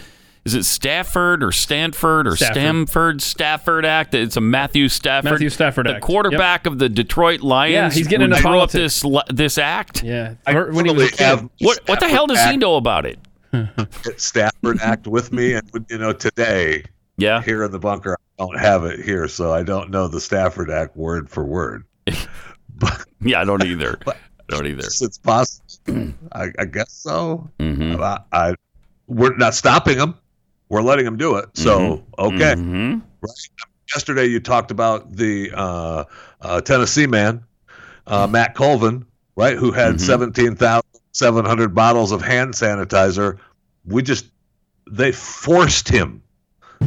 is it Stafford or Stanford or
Stafford.
Stamford Stafford Act? It's a Matthew Stafford.
Matthew Stafford
the
Act.
quarterback of the Detroit Lions.
Yeah, he's getting
would
into
throw up
politics.
this li- this act.
Yeah. Or when he was a
Totally
kid.
have
What what the hell does he know about it?
<laughs> Stafford Act with me, and you know today
Yeah,
here in the bunker, I don't have it here, so I don't know the Stafford Act word for word.
<laughs> yeah, I don't
<laughs>
either. I don't either.
It's, it's possible, <clears throat> I, I guess so.
Mm-hmm.
I, I, we're not stopping them; we're letting them do it. So okay.
Mhm.
Yesterday, you talked about the uh, uh, Tennessee man, uh, Matt Colvin, right, who had seventeen thousand seven hundred bottles of hand sanitizer. We just they forced him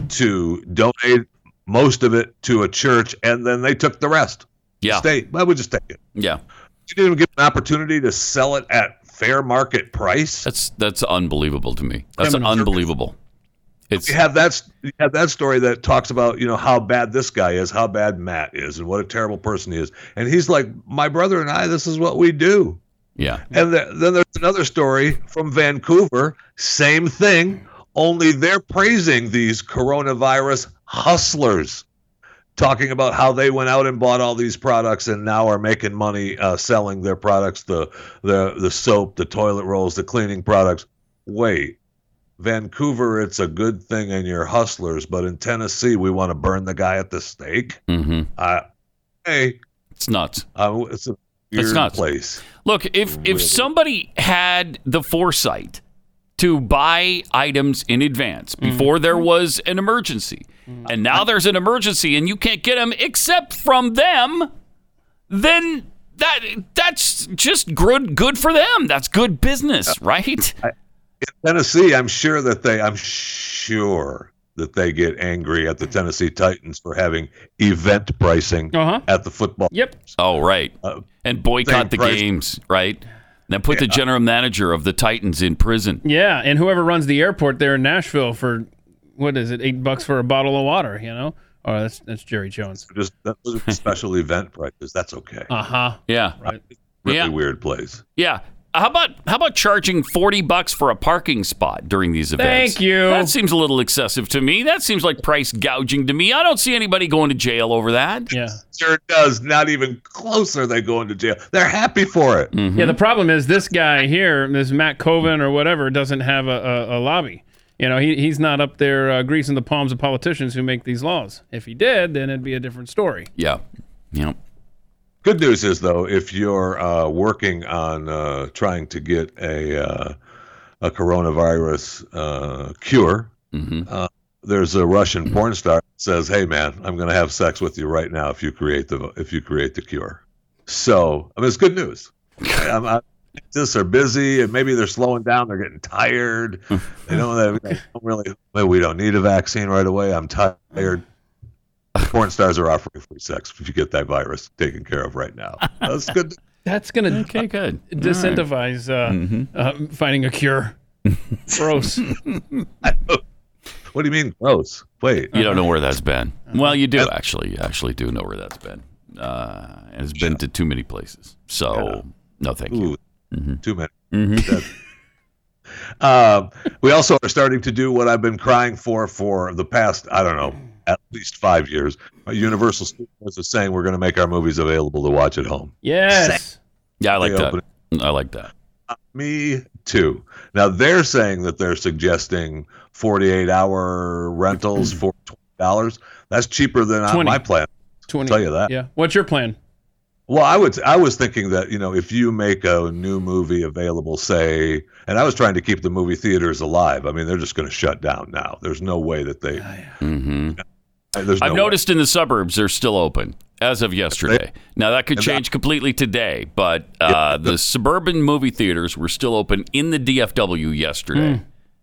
to donate most of it to a church, and then they took the rest.
Yeah,
State, well, we just take it.
yeah.
You didn't even get an opportunity to sell it at fair market price.
That's that's unbelievable to me. That's
Criminal.
unbelievable. It's
you have that you have that story that talks about you know how bad this guy is, how bad Matt is, and what a terrible person he is. And he's like, my brother and I, this is what we do.
yeah.
And th- then there's another story from Vancouver, same thing, only they're praising these coronavirus hustlers, talking about how they went out and bought all these products and now are making money uh, selling their products, the the the soap, the toilet rolls, the cleaning products. Wait. Vancouver, it's a good thing, and you're hustlers, but in Tennessee, we want to burn the guy at the stake.
hmm
I, hey,
It's nuts.
I, it's a
It's
weird
nuts.
place.
Look, if if somebody had the foresight to buy items in advance before there was an emergency, and now there's an emergency and you can't get them except from them, then that that's just good good for them. That's good
Uh,
business,
<laughs>
right?
Tennessee, I'm sure that they, I'm sure that they get angry at the Tennessee Titans for having event pricing
Uh-huh.
at the football.
Yep.
Oh, right.
Uh,
and boycott
same
the
price.
games, right? Then put the general manager of the Titans in prison.
Yeah, and whoever runs the airport there in Nashville for what is it, eight bucks for a bottle of water? You know, oh, that's that's Jerry Jones.
Just that
<laughs>
those are special event prices. That's okay.
Uh huh.
Yeah.
Right.
really
yeah.
weird place.
Yeah. How about how about charging 40 bucks for a parking spot during these events?
Thank you.
That seems a little excessive to me. That seems like price gouging to me. I don't see anybody going to jail over that.
Yeah.
Sure does. Not even close are they going to jail. They're happy for it.
Mm-hmm.
Yeah. The problem is this guy here, this Matt Coven or whatever, doesn't have a, a, a lobby. You know, he, he's not up there uh, greasing the palms of politicians who make these laws. If he did, then it'd be a different story.
Yeah. Yeah.
Good news is though, if you're uh, working on uh, trying to get a uh, a coronavirus uh, cure,
Mm-hmm.
uh, there's a Russian porn star that says, "Hey man, I'm going to have sex with you right now if you create the if you create the cure." So I mean, it's
<laughs>
good news. I'm, I, scientists are busy, and maybe they're slowing down. They're getting
<laughs>
tired. They don't, they don't really. Maybe we don't need a vaccine right away. I'm tired porn stars are offering free sex if you get that virus taken care of right now. <laughs> That's good.
<laughs> That's gonna uh,
Okay, good.
disincentivize uh,
Mm-hmm.
uh, finding a
<laughs>
cure. Gross.
What do you mean gross? Wait,
You don't know where that's been. Well, you do actually. You actually do know where that's been. Uh, and it's been to too many places. So, no thank you. Mm-hmm.
ooh, too many. Um, we also are starting to do what I've been crying for for the past, I don't know, at least five years. Uh, Universal Studios is saying we're going to make our movies available to watch at home.
Yes.
Yeah, I like
They
that.
open Uh,
I like that.
Me too. Now they're saying that they're suggesting 48
<clears throat>
hour rentals for $20. That's cheaper than on
20.
my plan.
20.
Tell you that.
Yeah. What's your plan?
Well, I would I was thinking that, you know, if you make a new movie available, say, and I was trying to keep the movie theaters alive. I mean, they're just going to shut down now. There's no way that they
<laughs>
There's
I've
no way.
noticed in the suburbs they're still open as of yesterday. Now that could change completely today, but uh, the suburban movie theaters were still open in the DFW yesterday.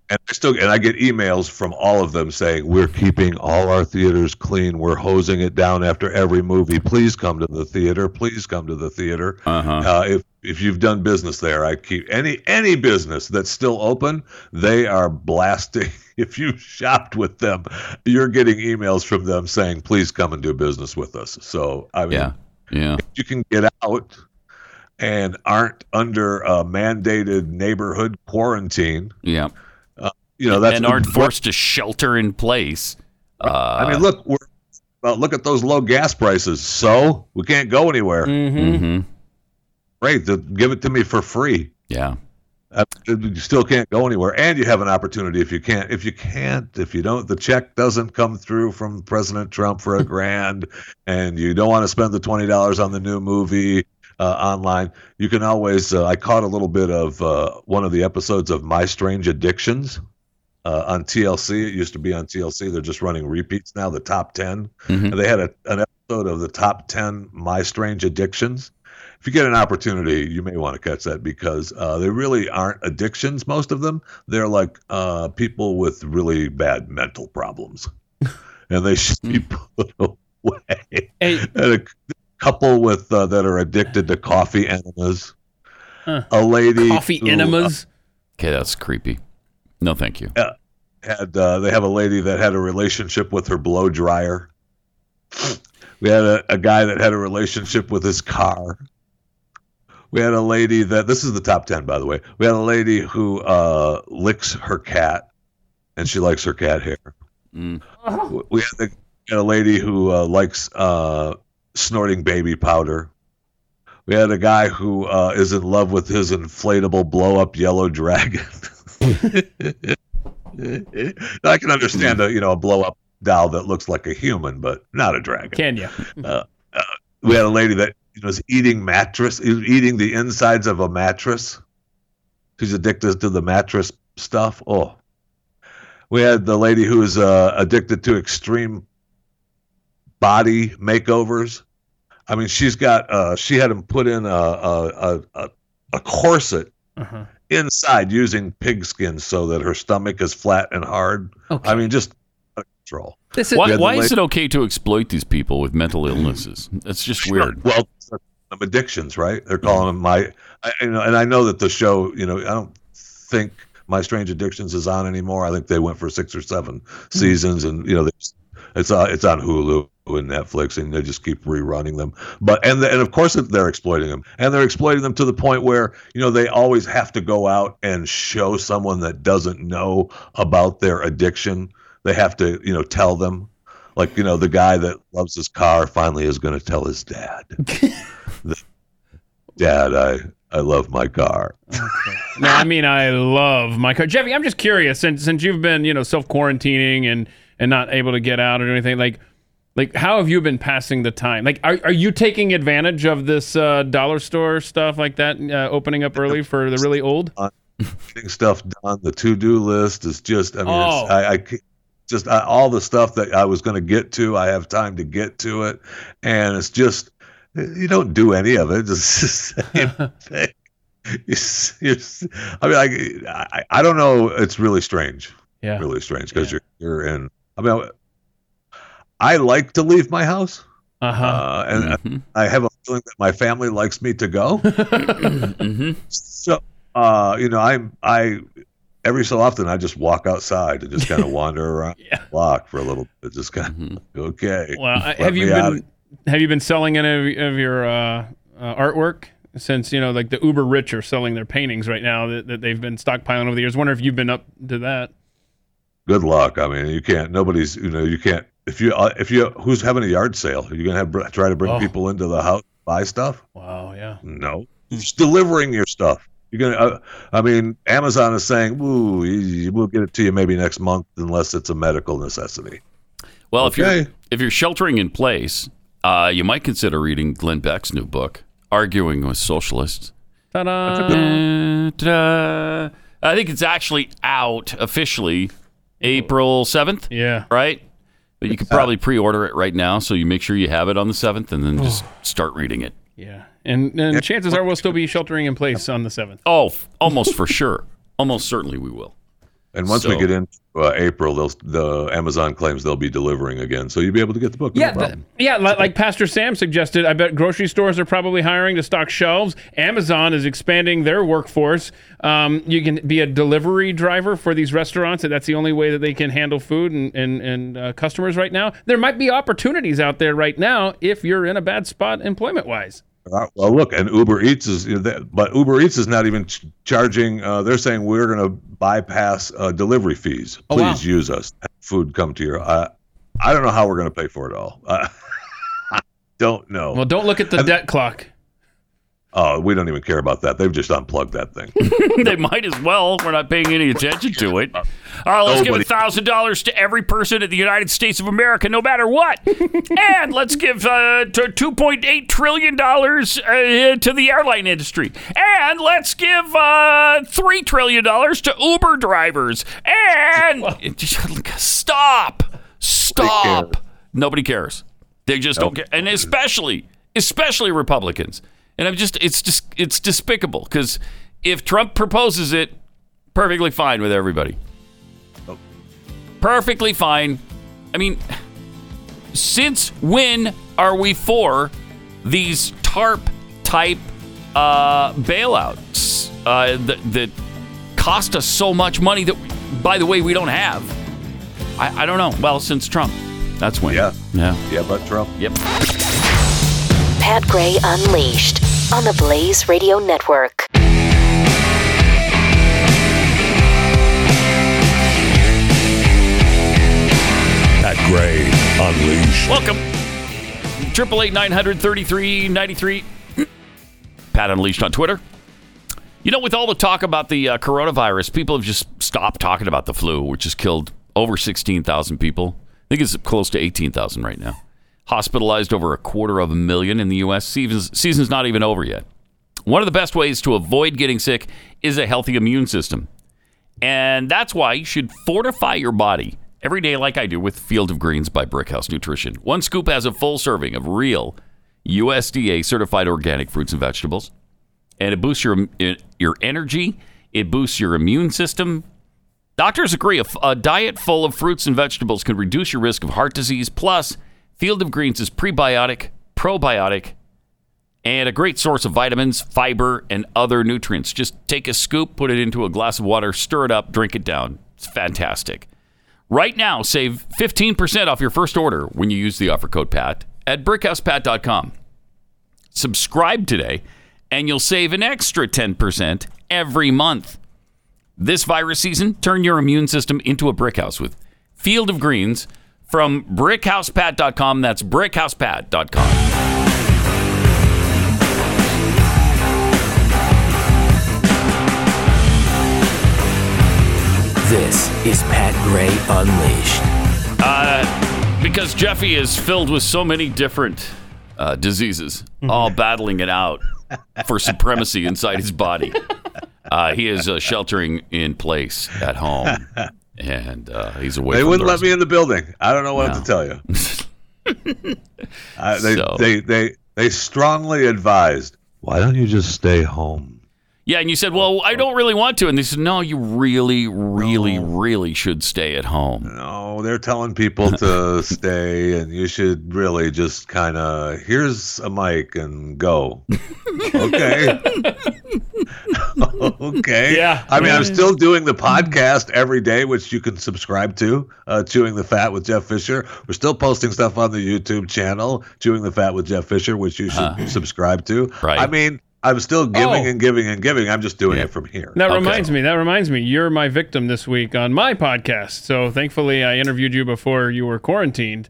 and I still and I get emails from all of them saying we're keeping all our theaters clean. We're hosing it down after every movie. Please come to the theater. Please come to the theater. Uh, if if you've done business there, I keep any any business that's still open. They are blasting. <laughs> If you shopped with them, you're getting emails from them saying please come and do business with us. So I mean,
Yeah,
Hmm.
yeah.
you can get out and aren't under a mandated neighborhood quarantine.
Yeah.
Uh, You know that's
and aren't forced to shelter in place. Uh,
I mean, look, we're, well, look at those low gas prices. So we can't go anywhere. Great, th- give it to me for free.
Yeah.
Uh, You still can't go anywhere, and you have an opportunity if you can't. If you can't, if you don't, the check doesn't come through from President Trump for a grand, and you don't want to spend the twenty dollars on the new movie uh, online. You can always. Uh, I caught a little bit of uh, one of the episodes of My Strange Addictions uh, on TLC. It used to be on TLC. They're just running repeats now, the top 10.
Mm-hmm.
And they had a, an episode of the top 10 My Strange Addictions. If you get an opportunity, you may want to catch that because uh, they really aren't addictions, most of them. They're like uh, people with really bad mental
<laughs>
problems. and they should be
Hmm.
<laughs> put away.
Hey.
And a couple with uh, that are addicted to coffee enemas. A lady
Coffee
who,
enemas.
Okay, that's creepy. No, thank you.
had uh, they have a lady that had a relationship with her blow dryer. We had a, a guy that had a relationship with his car. We had a lady that this is the top ten, by the way. We had a lady who uh, licks her cat, and she likes her cat hair.
Mm.
We- We had, the, we had a lady who uh, likes uh, snorting baby powder. We had a guy who uh, is in love with his inflatable blow-up yellow dragon. <laughs> I can understand a you know a blow up doll that looks like a human, but not a dragon. Uh,
Can you?
We had a lady that was eating mattress, e, eating the insides of a mattress. She's addicted to the mattress stuff. Oh, we had the lady who is uh, addicted to extreme body makeovers. I mean, she's got uh, she had him put in a a a, a, a corset
Uh-huh.
inside using pigskin so that her stomach is flat and hard. I mean, just out of control.
This is.
Why,
had the
why
la-
is it okay to exploit these people with mental illnesses? That's just weird.
Well, they're calling them addictions, right? They're calling them my, I, you know, and I know that the show, you know, I don't think My Strange Addictions is on anymore. I think they went for six or seven seasons, and you know, there's, it's on it's on Hulu and Netflix, and they just keep rerunning them. But and the, and of course they're exploiting them, and they're exploiting them to the point where you know they always have to go out and show someone that doesn't know about their addiction. They have to you know tell them like you know the guy that loves his car finally is going to tell his dad that, dad i i love my car
No, I mean I love my car. Jeffy, I'm just curious since since you've been, you know, self quarantining and and not able to get out or do anything, like like how have you been passing the time? Like are are you taking advantage of this uh, dollar store stuff like that uh, opening up early for the really old?
getting stuff done the to-do list is just i mean
Oh.
it's, I, I ca- just I, all the stuff that i was going to get to i have time to get to it and it's just you don't do any of it <laughs> it's just the same thing you s- you s- i mean I, I i don't know it's really strange
Yeah.
really strange because you're you're in i mean i like to leave my house
Uh-huh.
uh, and I have a feeling that my family likes me to
<laughs>
go. So, uh, you know, I'm I every so often I just walk outside and just kind
<laughs>
of wander around the block for a little bit, just kind of okay.
Well, I,
let
have you
me
been
out.
have you been selling any of, of your uh, uh, artwork since, you know, like the uber rich are selling their paintings right now that, that they've been stockpiling over the years? Wonder if you've been up to that.
Good luck. I mean, you can't. Nobody's. You know, you can't If you uh, if you who's having a yard sale, are you gonna have br- try to bring
Oh.
people into the house to buy stuff?
Wow, yeah.
No, it's delivering your stuff. You're gonna. Uh, I mean, Amazon is saying, "Ooh, y- y- we'll get it to you maybe next month, unless it's a medical necessity."
Well, if
Okay.
you're if you're sheltering in place, uh, you might consider reading Glenn Beck's new book, "Arguing with Socialists."
Ta-da.
Ta-da. I think it's actually out officially April seventh,
yeah.
right? But you could probably pre-order it right now, so you make sure you have it on the seventh, and then just start reading it.
Yeah. And and chances are we'll still be sheltering in place on the 7th.
Oh, f- almost for sure, almost certainly we will. <laughs>
And once
So-
we get into uh, April, they'll, the Amazon claims they'll be delivering again, so you'll be able to get the book. no
Yeah,
problem.
the- yeah. li- Like Pastor Sam suggested, I bet grocery stores are probably hiring to stock shelves. Amazon is expanding their workforce. Um, you can be a delivery driver for these restaurants, and that's the only way that they can handle food and and, and uh, customers right now. There might be opportunities out there right now if you're in a bad spot employment wise.
All right, Uh, well, look, and Uber Eats is, you know, that, but Uber Eats is not even ch- charging. Uh, they're saying we're going to bypass uh, delivery fees.
Oh,
Please use us. Have Food come to your. I, I don't know how we're going to pay for it all. <laughs> I don't know.
Well, don't look at the debt clock.
oh, we don't even care about that. They've just unplugged
<laughs>
that thing.
they might as well. We're not paying any attention to it. All right, let's
Nobody-
give thousand dollars to every person in the United States of America, no matter what, and let's give uh, two point eight trillion dollars uh, to the airline industry, and let's give uh, three trillion dollars to Uber drivers, and stop, stop. Nobody cares. They just don't care, and especially, especially Republicans. And I'm just, it's just, it's despicable because if Trump proposes it, perfectly fine with everybody. Perfectly fine. I mean, since when are we for these TARP type uh, bailouts uh, that, that cost us so much money that, by the way, we don't have? I, I don't know. Well, since Trump, that's when.
Yeah.
Yeah.
yeah, but Trump.
Yep.
Pat Gray Unleashed on the Blaze Radio Network.
Pat Gray Unleashed.
Welcome. Triple eight nine hundred thirty three ninety three. Pat unleashed on Twitter. You know, with all the talk about the uh, coronavirus, people have just stopped talking about the flu, which has killed over sixteen thousand people. I think it's close to eighteen thousand right now. Hospitalized over a quarter of a million in the U.S. Season's, season's not even over yet. One of the best ways to avoid getting sick is a healthy immune system. And that's why you should fortify your body every day, like I do, with Field of Greens by Brickhouse Nutrition. One scoop has a full serving of real USDA certified organic fruits and vegetables, and it boosts your your energy. It boosts your immune system. Doctors agree a, f- a diet full of fruits and vegetables can reduce your risk of heart disease. Plus, Field of Greens is prebiotic, probiotic, and a great source of vitamins, fiber, and other nutrients. Just take a scoop, put it into a glass of water, stir it up, drink it down. It's fantastic. Right now, save 15% off your first order when you use the offer code PAT at brickhousepat.com. Subscribe today, and you'll save an extra 10% every month. This virus season, turn your immune system into a brick house with Field of Greens from brickhousepat.com. That's brickhousepat.com.
This is Pat Gray Unleashed.
Uh, Because Jeffy is filled with so many different uh, diseases, all battling it out for supremacy inside his body. Uh, he is uh, sheltering in place at home, and uh, he's away.
They
from
wouldn't
the
let me in the building. I don't know what
No.
to tell you.
<laughs>
I, they,
So-
they they they strongly advised. Why don't you just stay home?
Yeah, and you said, "Well, I don't really want to," and they said, "No, you really, really, really should stay at home."
No, they're telling people to stay, and you should really just kind of here's a mic and go. okay. okay.
Yeah.
I mean, I'm still doing the podcast every day, which you can subscribe to. Uh, Chewing the Fat with Jeff Fisher. We're still posting stuff on the YouTube channel, Chewing the Fat with Jeff Fisher, which you should subscribe to.
Right.
I mean. I'm still giving
Oh.
and giving and giving. I'm just doing it from here.
That reminds me. That reminds me. You're my victim this week on my podcast. So thankfully, I interviewed you before you were quarantined.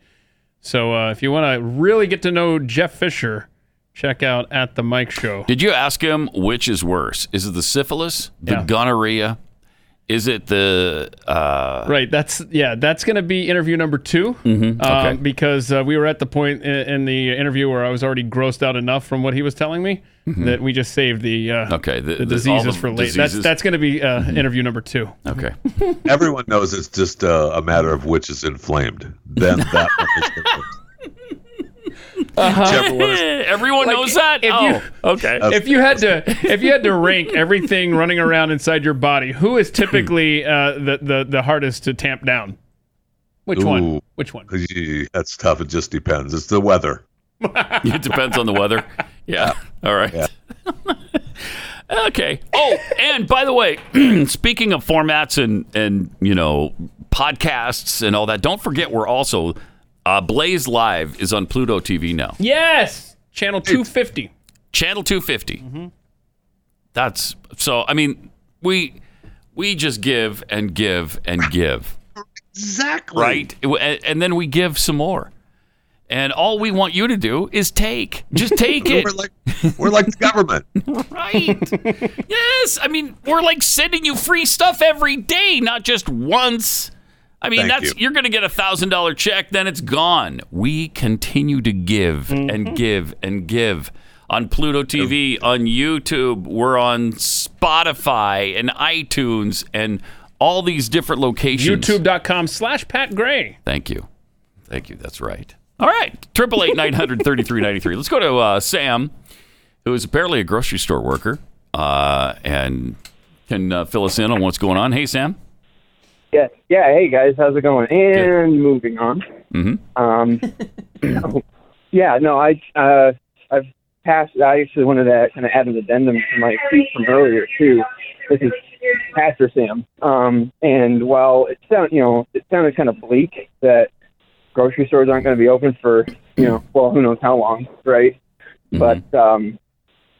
So uh, if you want to really get to know Jeff Fisher, check out at the Mike Show.
Did you ask him which is worse? Is it the syphilis, the
Yeah.
gonorrhea? Is it the uh,
Right. That's yeah. That's going to be interview number 2 um,
Mm-hmm. Okay.
because uh, we were at the point in, in the interview where I was already grossed out enough from what he was telling me that we just saved the uh,
Mm-hmm. okay the, the-
the
all
diseases
the
for late.
diseases? Mm-hmm.
That's that's going to be uh, interview number two.
okay.
<laughs> Everyone knows it's just uh, a matter of which is inflamed. Then that one
<laughs>
is inflamed. Whichever one is-
Eh, Everyone knows that.
if
oh,
you-
okay.
if you had to <laughs> if you had to rank everything running around inside your body, who is typically uh, the, the the hardest to tamp down? Which one?
Ooh.
Which one?
Gee, that's tough. It just depends. It's the weather.
<laughs> It depends on the weather. Yeah. All right. okay. Oh, and by the way, <clears throat> speaking of formats and and you know podcasts and all that, don't forget we're also uh, Blaze Live is on Pluto TV now,
Yes, channel two fifty.
channel two
Mm-hmm.
That's so. I mean, we we just give and give and give.
Exactly.
right? And and then we give some more. And all we want you to do is take.
<laughs>
Just take it.
We're like we're like the government.
<laughs> right.
<laughs>
yes. I mean, we're like sending you free stuff every day, not just once. I mean,
Thank
that's
you.
you. are going to get a thousand dollar check, then it's gone. We continue to give
Mm-hmm.
and give and give on Pluto TV, on YouTube, we're on Spotify and iTunes and all these different locations.
YouTube.com slash Pat Gray.
Thank you. Thank you. That's right. All right. Triple eight nine hundred thirty three ninety three. Let's go to uh, Sam, who is apparently a grocery store worker, uh, and can uh, fill us in on what's going on. Hey, Sam.
Yeah, yeah. Hey guys, how's it going? And moving on.
Mhm.
Um, yeah, no, I uh, I've passed. I actually wanted to kind of add an addendum to my tweet from earlier too. This is Pastor Sam. Um, and while it sound you know it sounded kind of bleak that grocery stores aren't going to be open for you know well who knows how long, right? But um,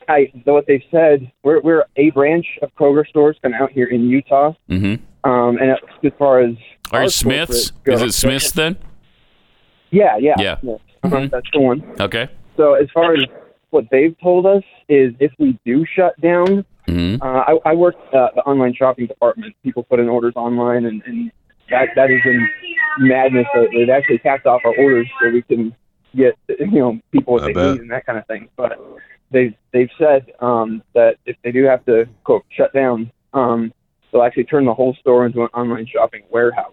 I though what they've said, we're we're a branch of Kroger stores kind of out here in Utah.
Mm-hmm.
Um, and as far as
Are
our
you Smiths?
corporate
Is it
goes-
Smiths then?
Yeah, yeah,
Yeah. Mm-hmm.
Smiths. Uh-huh, That's the one.
Okay.
So as far as what they've told us is, if we do shut down,
Mhm.
Mm-hmm.
uh, I, I work uh, the online shopping department. People put in orders online, and, and that that has been madness lately. They've actually capped off our orders so we can get you know people what
I
they
bet.
need and that kind of thing. But they've they've said um, that if they do have to quote shut down, um, they'll actually turn the whole store into an online shopping warehouse.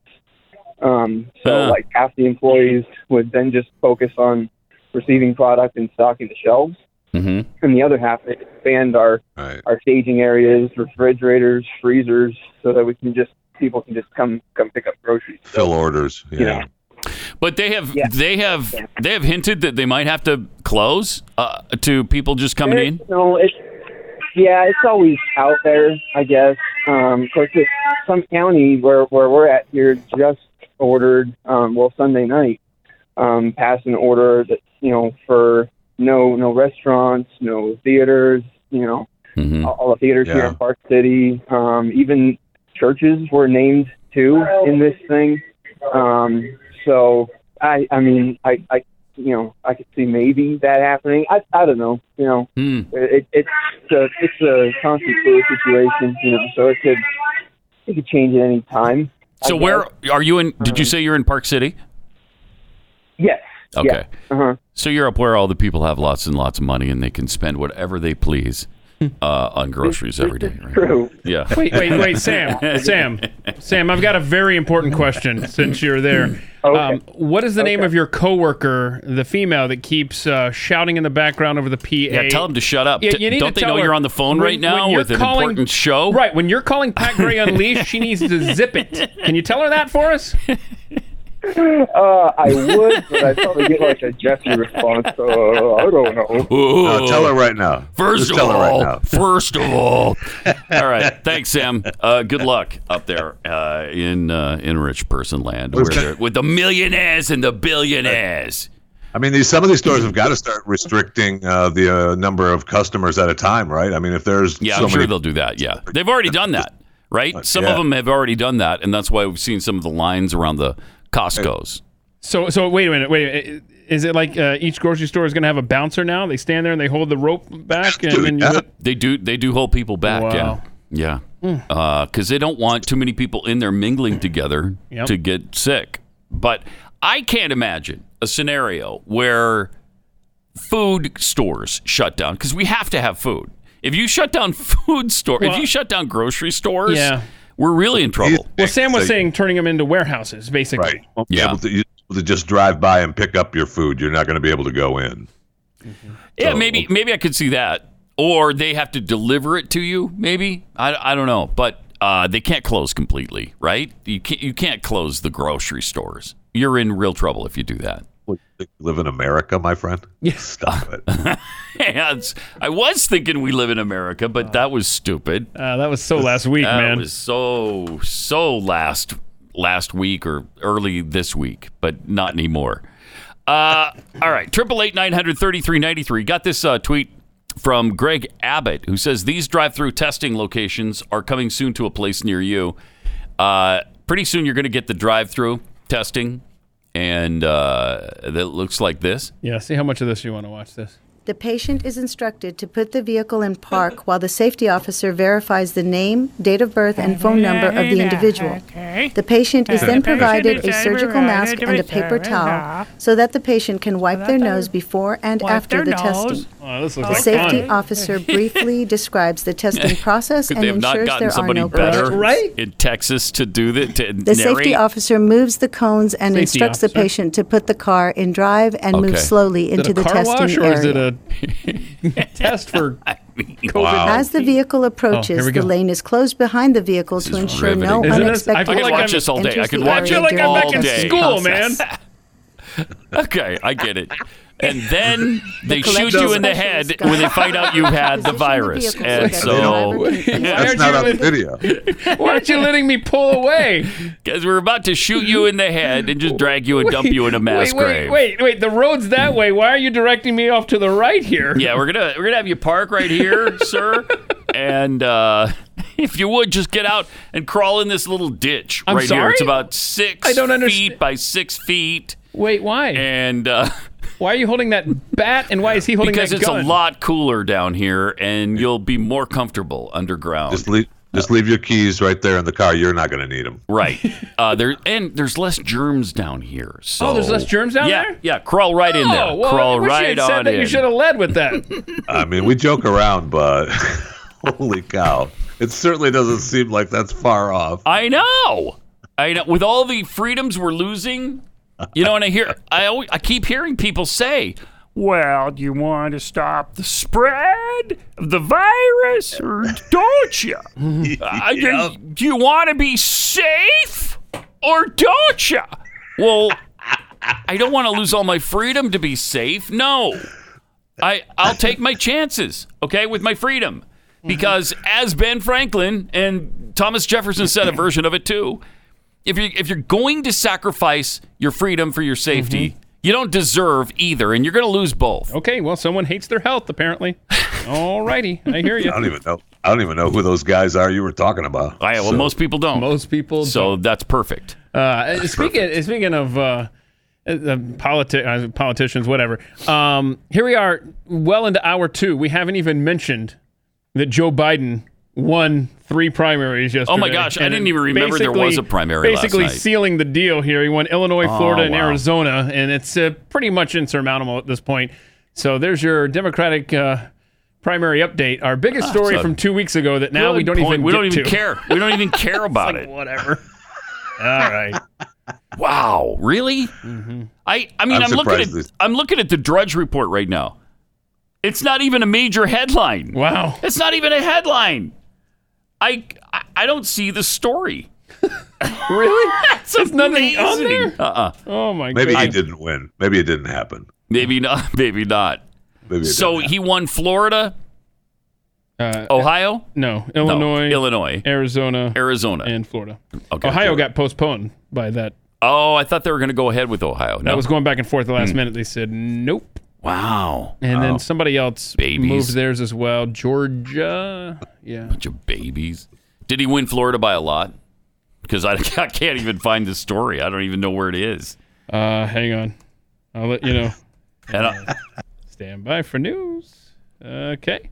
Um, so
Huh.
like half the employees would then just focus on receiving product and stocking the shelves,
Mm-hmm.
and the other half they expand our
Right.
our staging areas, refrigerators, freezers, so that we can just people can just come come pick up groceries.
Fill orders. Yeah.
Yeah.
But they have
Yeah.
they have they have hinted that they might have to close uh, to people just coming in.
No, it's yeah, it's always out there, I guess. Um, of course, this, some county where where we're at here just ordered. Um, well, Sunday night um, passed an order that you know for no no restaurants, no theaters, you know
Mm-hmm.
all all the theaters here
Yeah.
in Park City. Um, even churches were named too in this thing. Um, so I, I mean, I, I, you know, I could see maybe that happening. I, I don't know. You know, it, it, it's a, it's a constant fluid situation. You know, so it could, it could change at any time. I
So
guess. <laughs>
where are you in? Did you say you're in Park City?
Yes.
Okay.
Yeah. Uh-huh.
So you're up where all the people have lots and lots of money and they can spend whatever they please uh, on groceries every day, right?
True.
Yeah.
Wait,
<laughs>
wait, wait, Sam, Sam, Sam. I've got a very important question since you're there. Um, what is the name of your coworker, the female that keeps uh, shouting in the background over the PA?
Yeah, tell them to shut up.
Yeah,
T-
you need
Don't
to
they know
tell her,
you're on the phone
when-
right now
when you're
with an
calling-
important show?
Right, when you're calling Pat Gray Unleashed, she needs to zip it. Can you tell her that for us?
Uh, I would, but I probably get like a Jeffy response. So uh, I don't know.
Ooh.
No, tell her right now.
First
Just
of
tell her right
all, <laughs>
now.
first of all. all right. Thanks, Sam. Uh, good luck up there uh, in uh, in rich person land where
Okay.
they're- with the millionaires and the billionaires.
I mean, these some of these stores have got to start restricting uh, the uh, number of customers at a time, right? I mean, if there's
Yeah,
so
I'm sure
many-
they'll do that. Yeah, they've already done that, right? Some
yeah.
of them have already done that, and that's why we've seen some of the lines around the Costco's.
So, so wait a minute. Wait, a minute. is it like uh, each grocery store is going to have a bouncer now? They stand there and they hold the rope back, and then you.
They do. They do hold people back.
Wow. Hmm.
Yeah, yeah, because they don't want too many people in there mingling together
Yep.
to get sick. But I can't imagine a scenario where food stores shut down because we have to have food. If you shut down <laughs> food store, if
Well-
you shut down grocery stores,
Yeah.
we're really in trouble.
Well, Sam was saying turning them into warehouses, basically.
right. Won't be able to, you won't be able to just drive by and pick up your food. You're not going to be able to go in.
Yeah, maybe maybe I could see that. Or they have to deliver it to you. Maybe I, I don't know, but uh, they can't close completely, right? You can't you can't close the grocery stores. You're in real trouble if you do that.
What, you think you live in America, my friend. Yes. Stop it.
Yeah, it's- <laughs> I was thinking we live in America, but that was stupid.
Uh, that was so last week,
That
man.
was so so last last week or early this week, but not anymore. Uh, all right, triple eight nine hundred thirty three ninety three. Got this uh, tweet from Greg Abbott who says these drive through testing locations are coming soon to a place near you. Uh, pretty soon you're going to get the drive through testing, and uh, that looks like this.
Yeah. See how much of this you want to watch this.
The patient is instructed to put the vehicle in
<laughs>
park while the safety officer verifies the name, date of birth, and phone number of the individual. The patient is then provided a surgical mask and a paper towel so that the patient can wipe their nose before and after the testing.
Oh, this looks
The
like
safety
fun. <laughs>
officer briefly describes the testing process
<laughs> Could
and
they have not
ensures
gotten
there are
somebody
no
better
breaks.
in Texas to do that? To
The safety officer moves the cones and
Safety
instructs the
officer.
patient to put the car in drive and
Okay.
move slowly
Is
into
it a
the
car wash
testing
or is it
area.
a <laughs>
<laughs>
test for?
Wow.
As the vehicle approaches,
we
the
go.
lane is closed behind the vehicle to ensure no
riveting.
Isn't this- I
unexpected.
feel like
I could watch
I'm-
this all day. I
enters
could
the
watch
I
area
feel like I'm
during
all
the
back in
day.
testing
school, man.
process.
<laughs> Okay, I get it. And then
<laughs>
they shoot
collection
you in the
specialist
head
guides
when they find out you had
<laughs> Position
the
the
virus.
vehicle
And
so that the driver can
so, <laughs>
Why aren't
That's not
you
on
letting-
video.
Why aren't you letting me
<laughs>
pull away?
because we're about to shoot you in the head and just drag you and dump you
<laughs>
in a mass
wait, wait,
grave.
wait, wait. The road's that way. Why are you directing me off to the right here?
Yeah, we're gonna we're gonna have you park right here, sir. And uh, <laughs> if you would just get out and crawl in this little ditch
I'm
right here.
sorry?
It's about six
I don't
feet
understand.
by six feet,
Wait, why?
and. Uh,
Why are you holding that bat and why is he holding
because
that
it's
gun?
a lot cooler down here and you'll be more comfortable underground
Just leave. Just leave your keys right there in the car. You're not going to need them.
<laughs>
right uh, there and there's less germs down here so
Oh, there's less germs down
yeah,
there?
yeah crawl right in there
Oh, well,
crawl
I wish
right
you had said
on
that
in
you should have led with that.
<laughs>
I mean, we joke around, but <laughs> holy cow, it certainly doesn't seem like that's far off.
i know i know with all the freedoms we're losing you know and i hear i always, i keep hearing people say well, do you want to stop the spread of the virus, or don't
<laughs>
you? I, do, do you want to be safe or don't you? Well, I don't want to lose all my freedom to be safe. No, I I'll take my chances. Okay, with my freedom, because as Ben Franklin and Thomas Jefferson said a version of it too. If you if you're going to sacrifice your freedom for your safety, you don't deserve either, and you're going to lose both.
okay, well, someone hates their
<laughs>
health, apparently. Alrighty, I hear you.
I don't even know. I don't even know who those guys are you were talking about.
All right, Oh, well,
So-
most people don't.
Most people
so that's perfect.
Uh, speaking speaking of uh, uh, politi- uh, politicians, whatever. Um, here we are, well into hour two. We haven't even mentioned that Joe Biden won three primaries yesterday.
Oh my gosh, I
And
didn't even remember there
basically-
was a primary last
Basically
night. Oh,
sealing the deal here. He won Illinois, Florida, and
wow.
Arizona, and it's uh, pretty much insurmountable at this point. So there's your Democratic. Uh, Primary update. Our biggest story
Ah, so-
from two weeks ago that now we
Good
don't
point.
even
we don't
get
even
to.
care. We don't even care about it.
Whatever. <laughs> All right.
Wow, really?
Mm-hmm.
I I mean, I'm,
I'm
looking at
surprised this-
I'm looking at the Drudge Report right now. It's not even a major headline.
Wow.
It's not even a headline. I I, I don't see the story.
<laughs> Really?
That's There's
nothing on there?
Uh-uh.
Oh my
maybe he
god.
didn't win. Maybe it
<clears throat>
didn't happen.
Maybe not. <laughs> Maybe not.
Maybe it
So
didn't
he won Florida,
Uh,
Ohio,
no,
No,
Illinois,
Illinois,
Arizona,
Arizona.
and Florida.
Okay,
Ohio
Florida.
got postponed by that.
Oh, I thought they were going to go ahead with Ohio.
That
No,
was going back and forth the last
Hmm.
minute. They said nope.
Wow.
And
Wow.
then somebody else
Babies.
moved theirs as well. Georgia. Yeah.
bunch of babies. Did he win Florida by a lot? Because I, <laughs> I can't even find the story. I don't even know where it is.
Uh, hang on. I'll
<laughs>
let you know.
And I,
<laughs> Stand by for news. Okay.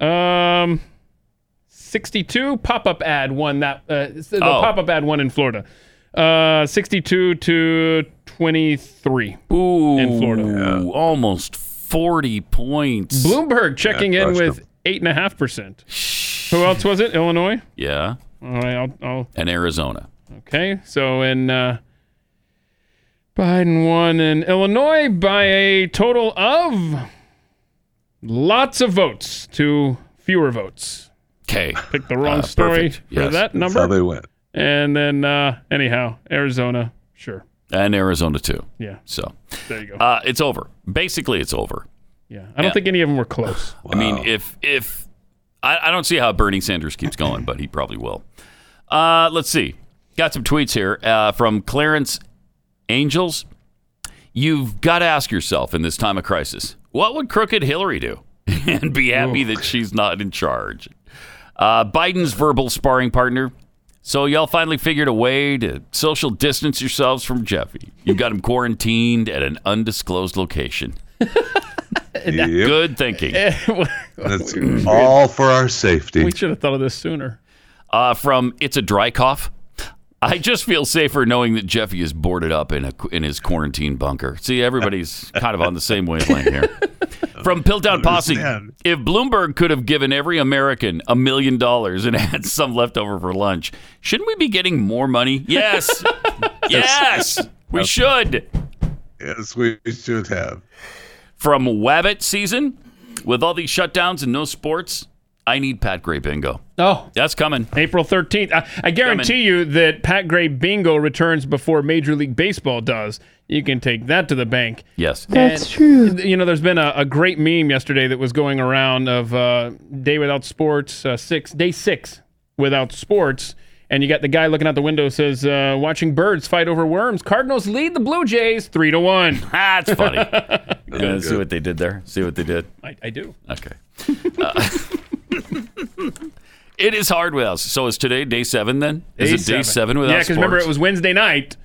Um, 62 pop up ad won that. Uh, the
Oh.
pop up ad won in Florida. Uh, 62 to 23
ooh,
in Florida.
almost forty points.
Bloomberg checking in
crushed
with 8.5%. Who else was it? Illinois?
Yeah,
All right. I'll, I'll,
and Arizona.
okay. So in. Uh, Biden won in Illinois by a total of lots of votes to fewer votes.
Okay,
Picked the wrong
Uh,
story
perfect.
for
Yes.
that
That's how
number.
they went.
And then, uh, anyhow, Arizona, sure.
and Arizona too.
Yeah,
So
there you go.
uh, it's over. Basically, it's over.
yeah, I don't think any of them were close.
I mean, if
<laughs>
if I, I don't see how Bernie Sanders keeps going, but he probably will. Uh, let's see. Got some tweets here uh, from Clarence Angels. You've got to ask yourself in this time of crisis, what would crooked Hillary do? <laughs> and be happy that she's not in charge. Uh, Biden's verbal sparring partner. So y'all finally figured a way to social distance yourselves from Jeffy. You got him quarantined at an undisclosed location.
Yep.
Good thinking.
That's all for our safety.
we should have thought of this
<laughs>
sooner.
uh, from "It's a Dry Cough." I just feel safer knowing that Jeffy is boarded up in a in his quarantine bunker. See, everybody's kind of on the same wavelength
<laughs>
here. From Piltdown Posse,
Understand.
if Bloomberg could have given every American a million dollars and <laughs> had some left over for lunch, shouldn't we be getting more money?
<laughs>
Yes, yes, we should.
Yes, we should have.
From Wabbit season, with all these shutdowns and no sports, I need Pat Gray bingo.
Oh,
That's coming.
April 13th. I, I guarantee you that Pat Gray Bingo returns before Major League Baseball does. You can take that to the bank.
Yes.
That's true. You know, there's been a, a great meme yesterday that was going around of uh, day without sports, uh, six day six without sports, and you got the guy looking out the window says, uh, "Watching birds fight over worms." Cardinals lead the Blue Jays three to one.
<laughs> That's funny. <laughs> Uh, see what they did there. See what they did.
<laughs> I, I do.
Okay. Uh, <laughs> it is hard with us. So is today day seven then? Is it day seven with
Yeah,
us?
because remember it was Wednesday night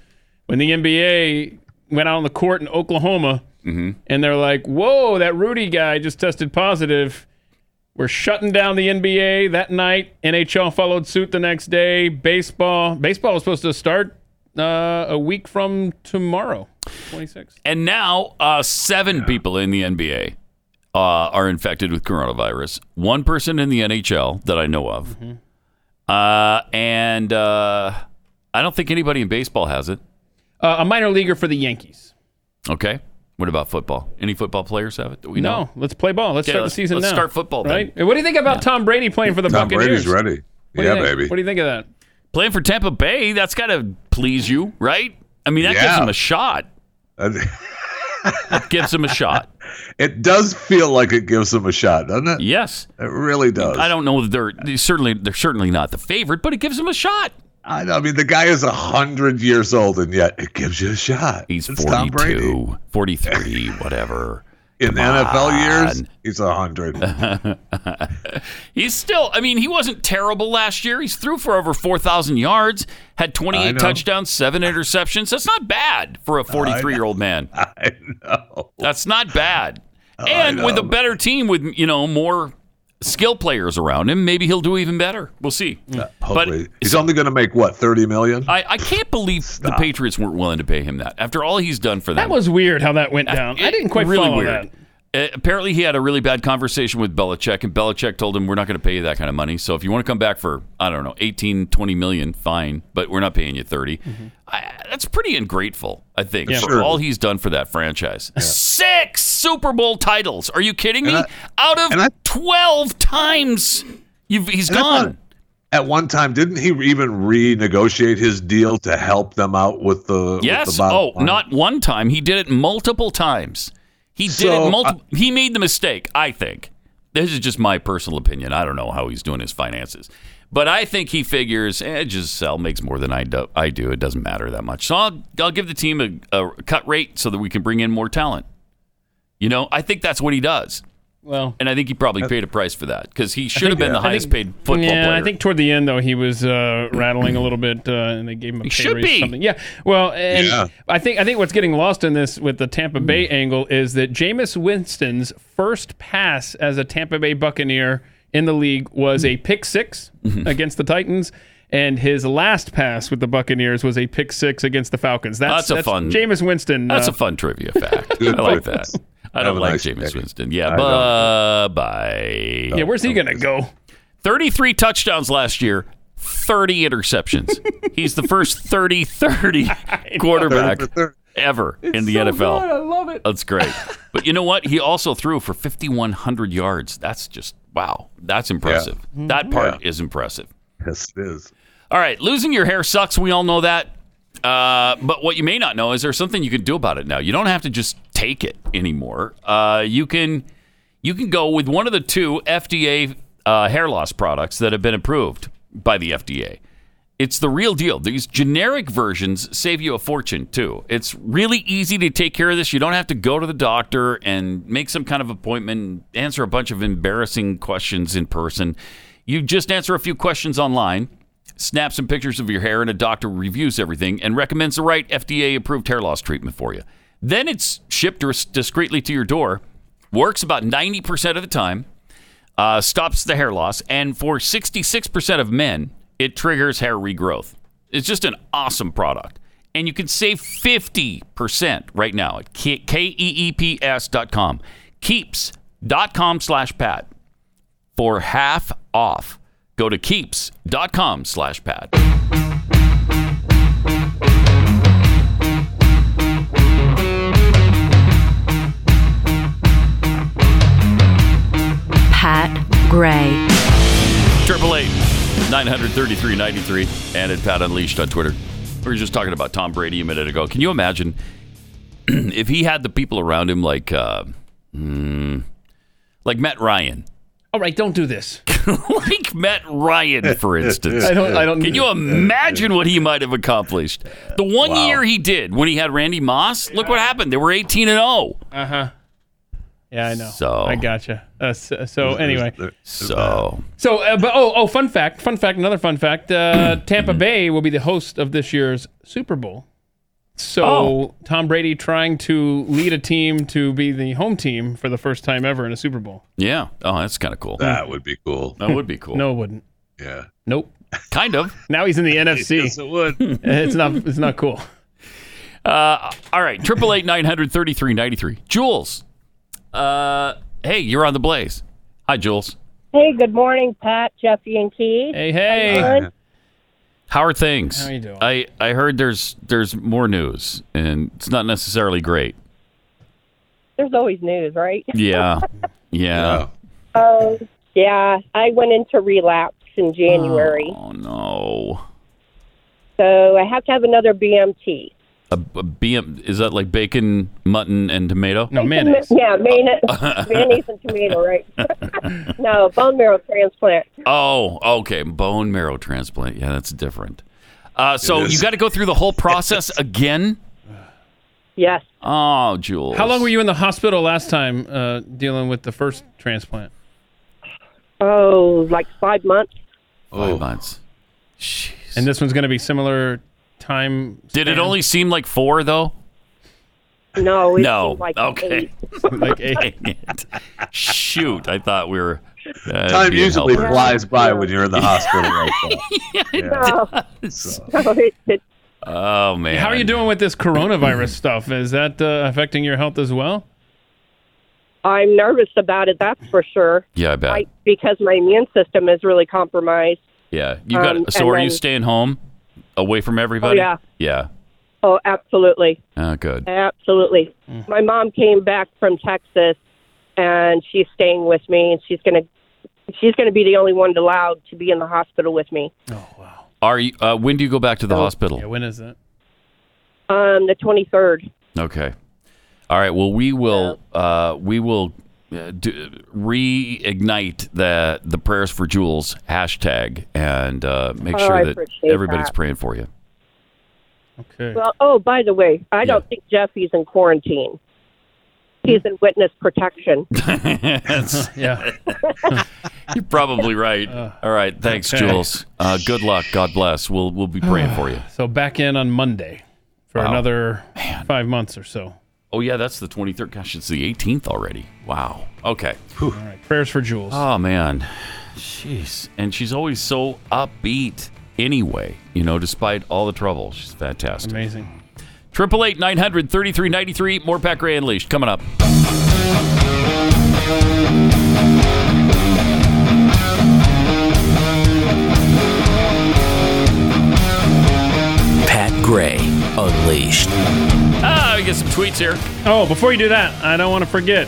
when the NBA went out on the court in Oklahoma,
Mm-hmm.
and they're like, "Whoa, that Rudy guy just tested positive." We're shutting down the NBA that night. NHL followed suit the next day. Baseball, baseball was supposed to start uh, a week from tomorrow, 26.
And now uh, seven people in the NBA uh, are infected with coronavirus. One person in the NHL that I know of.
Mm-hmm.
Uh, and uh, I don't think anybody in baseball has it.
Uh, a minor leaguer for the Yankees.
Okay. What about football? Any football players have it that we know?
No, let's play ball. Let's
Okay,
start
let's-
the season
let's
now.
start football then.
right? What do you think about Tom Brady playing for the
Tom
Buccaneers?
Brady's ready.
What do you
yeah,
think?
baby.
What do you think of that?
Playing for Tampa Bay, that's got to please you, right? I mean, that gives
Yeah.
them a shot. Gives them a shot.
it does feel like it gives them a shot, doesn't it?
Yes.
It really does.
I don't know that they're, they certainly they're certainly not the favorite, but it gives them a shot.
I, I mean, the guy is a hundred years old, and yet it gives you a shot.
He's
It's Tom Brady.
42, 43, whatever.
<laughs> In the NFL years,
on.
he's a hundred.
<laughs> He's still, I mean, he wasn't terrible last year. He's threw for over 4,000 yards, had
I
28
know.
touchdowns, seven interceptions. That's not bad for a 43 year old man.
<laughs> I know.
That's not bad. And
know.
with a better team with, you know, more skill players around him, maybe he'll do even better. We'll see.
Hopefully, he's only going to make what thirty million.
I, I can't believe the Patriots weren't willing to pay him that after all he's done for them.
That was weird how that went down. I didn't quite
really
follow
weird.
that.
Uh, apparently, he had a really bad conversation with Belichick, and Belichick told him, "We're not going to pay you that kind of money. So if you want to come back for I don't know, 18, 20 million, fine, but we're not paying you 30." I, that's pretty ungrateful, I think, for
Mm-hmm. Sure.
all he's done for that franchise. Six Super Bowl titles. Are you kidding me?
And I-
Out of
and I-
12 times you've, he's
And I thought-
gone.
At one time, didn't he even renegotiate his deal to help them out with the with the
Yes.
bottom
Oh,
line?
not one time. He did it multiple times. He did
So, uh,
it multiple. he made the mistake, I think. This is just my personal opinion. I don't know how he's doing his finances, But I think he figures, eh, Giselle makes more than I do. I do. It doesn't matter that much. So I'll, I'll give the team a, a cut rate so that we can bring in more talent. You know, I think that's what he does.
Well,
and I think he probably
Uh,
paid a price for that because he should have
think-
been
uh,
the
I think-
highest paid football
yeah,
player.
I think toward the end though he was uh, rattling a little bit, uh, and they gave him a pay
should
raise or
be.
something. Yeah, well, and
Yeah.
I think I think what's getting lost in this with the Tampa Bay angle is that Jameis Winston's first pass as a Tampa Bay Buccaneer in the league was a pick 6
Mm-hmm.
against the Titans. And his last pass with the Buccaneers was a pick six against the Falcons. That's,
That's a fun-
Jameis Winston.
That's
uh,
a fun trivia
<laughs>
fact. I like that. I
Have
don't
a
like
nice
Jameis
day.
Winston. Yeah,
I
bye bye.
Yeah, where's he gonna go?
33 touchdowns last year, 30
<laughs>
interceptions. He's the first 30 30 quarterback ever in the NFL.
I love it.
That's great. but you know what? He also threw for 5,100 yards. That's just, wow. That's impressive.
Mhm.
That part is impressive.
Yes, it is.
All right, losing your hair sucks. We all know that. Uh, but what you may not know is there's something you can do about it now. You don't have to just take it anymore. Uh, you can you can go with one of the two FDA uh, hair loss products that have been approved by the FDA. It's the real deal. These generic versions save you a fortune too. It's really easy to take care of this. You don't have to go to the doctor and make some kind of appointment, answer a bunch of embarrassing questions in person. You just answer a few questions online, snap some pictures of your hair, and a doctor reviews everything and recommends the right FDA approved hair loss treatment for you. Then it's shipped dis- discreetly to your door, works about 90% of the time uh, stops the hair loss, and for 66% of men, it triggers hair regrowth. It's just an awesome product. And you can save 50% right now at K- E keeps.com. Keeps.com slash Pat for half off. Go to keeps.com slash Pat.
Pat Gray.
Triple eight, nine hundred thirty-three ninety-three, and at Pat Unleashed on Twitter. We were just talking about Tom Brady a minute ago. Can you imagine <clears throat> if he had the people around him like, uh, mm, like Matt Ryan?
All right, don't do this.
<laughs> like Matt Ryan,
<laughs>
for instance.
I don't. I don't. <laughs>
Can you imagine what he might have accomplished? The one
Wow.
year he did when he had Randy Moss. Look what happened. They were eighteen and oh. zero.
Uh huh. Yeah, I know.
So-
I gotcha. Uh, so, so anyway,
So
so uh, but oh oh, fun fact, fun fact, another fun fact.
<clears throat>
Uh, Tampa Bay will be the host of this year's Super Bowl. So
Oh.
Tom Brady trying to lead a team to be the home team for the first time ever in a Super Bowl.
yeah. Oh, that's kind of cool.
That would be cool.
That would be cool.
<laughs> No, it wouldn't.
Yeah.
Nope.
Kind of.
Now he's in <laughs> the NFC.
Yes, it would.
<laughs> it's not. It's not cool.
Uh, all right, triple eight nine hundred thirty three ninety three. Jules, uh, hey, you're on the blaze. Hi, Jules.
Hey, good morning, Pat, Jeffy, and Keith.
Hey, hey.
Good.
How are things?
How you doing?
I I heard there's there's more news, and it's not necessarily great.
There's always news, right?
Yeah, yeah.
Oh, yeah. I went into relapse in January,
Oh no.
so I have to have another BMT.
A, a BM is that like bacon, mutton, and tomato? No
<laughs> Yeah,
<laughs>
mayonnaise, mayonnaise and tomato, right? <laughs> no, bone marrow transplant.
Oh, okay. Bone marrow transplant. Yeah, that's different. Uh, so
It is.
you got to go through the whole
<laughs>
process again.
Yes.
Oh, Jules.
How long were you in the hospital last time uh, dealing with the first transplant?
Oh, like five months.
Five months.
And this one's going to be similar time.
Did it
span?
only seem like four though?
No. It
no.
seemed Like
okay.
<laughs> eight.
<laughs> like eh.
Shoot, I thought we were. uh, that'd
Time
be a
usually
helper.
flies by when you're
<laughs>
in the hospital. Like that.
No. No, it, it,
Oh man.
How are you doing with this coronavirus <clears throat> stuff? Is that uh, affecting your health as well?
I'm nervous about it. That's for sure.
Yeah, I bet.
Like, because my immune system is really compromised.
Yeah, you got.
Um,
so
and
are you
then-
staying home, away from everybody?
yeah.
Yeah.
Oh, absolutely.
Oh, good.
Absolutely.
Mm.
My mom came back from Texas, and she's staying with me, and she's gonna she's gonna be the only one allowed to be in the hospital with me.
Are you? Uh, when do you go back to the hospital?
Yeah, when is it?
Um, the twenty third.
Okay. All right. Well, we will. Uh, we will uh, do, reignite the the prayers for Jules hashtag and uh, make
Oh, I
sure that
appreciate
everybody's
that.
praying for you. Okay.
Well, oh, by the way, I don't think Jeffy's in quarantine.
Hmm.
He's in witness
<laughs>
protection.
yeah. <laughs> You're probably right. All right. Thanks,
Uh, okay.
Jules. Uh, good luck. God bless. We'll we'll be praying for
<sighs>
you.
So back in on Monday for
Wow.
another five months or so.
Oh yeah, that's the 23rd. Gosh, it's the 18th already. Wow. Okay.
All right. Prayers for Jules.
Oh man, jeez. And she's always so upbeat. Anyway, you know, despite all the trouble, she's fantastic.
Amazing.
Triple eight nine hundred thirty three ninety three. More Pat Gray Unleashed coming up.
Pat Gray Unleashed.
Ah, we get some tweets here.
Oh, before you do that, I don't want to forget.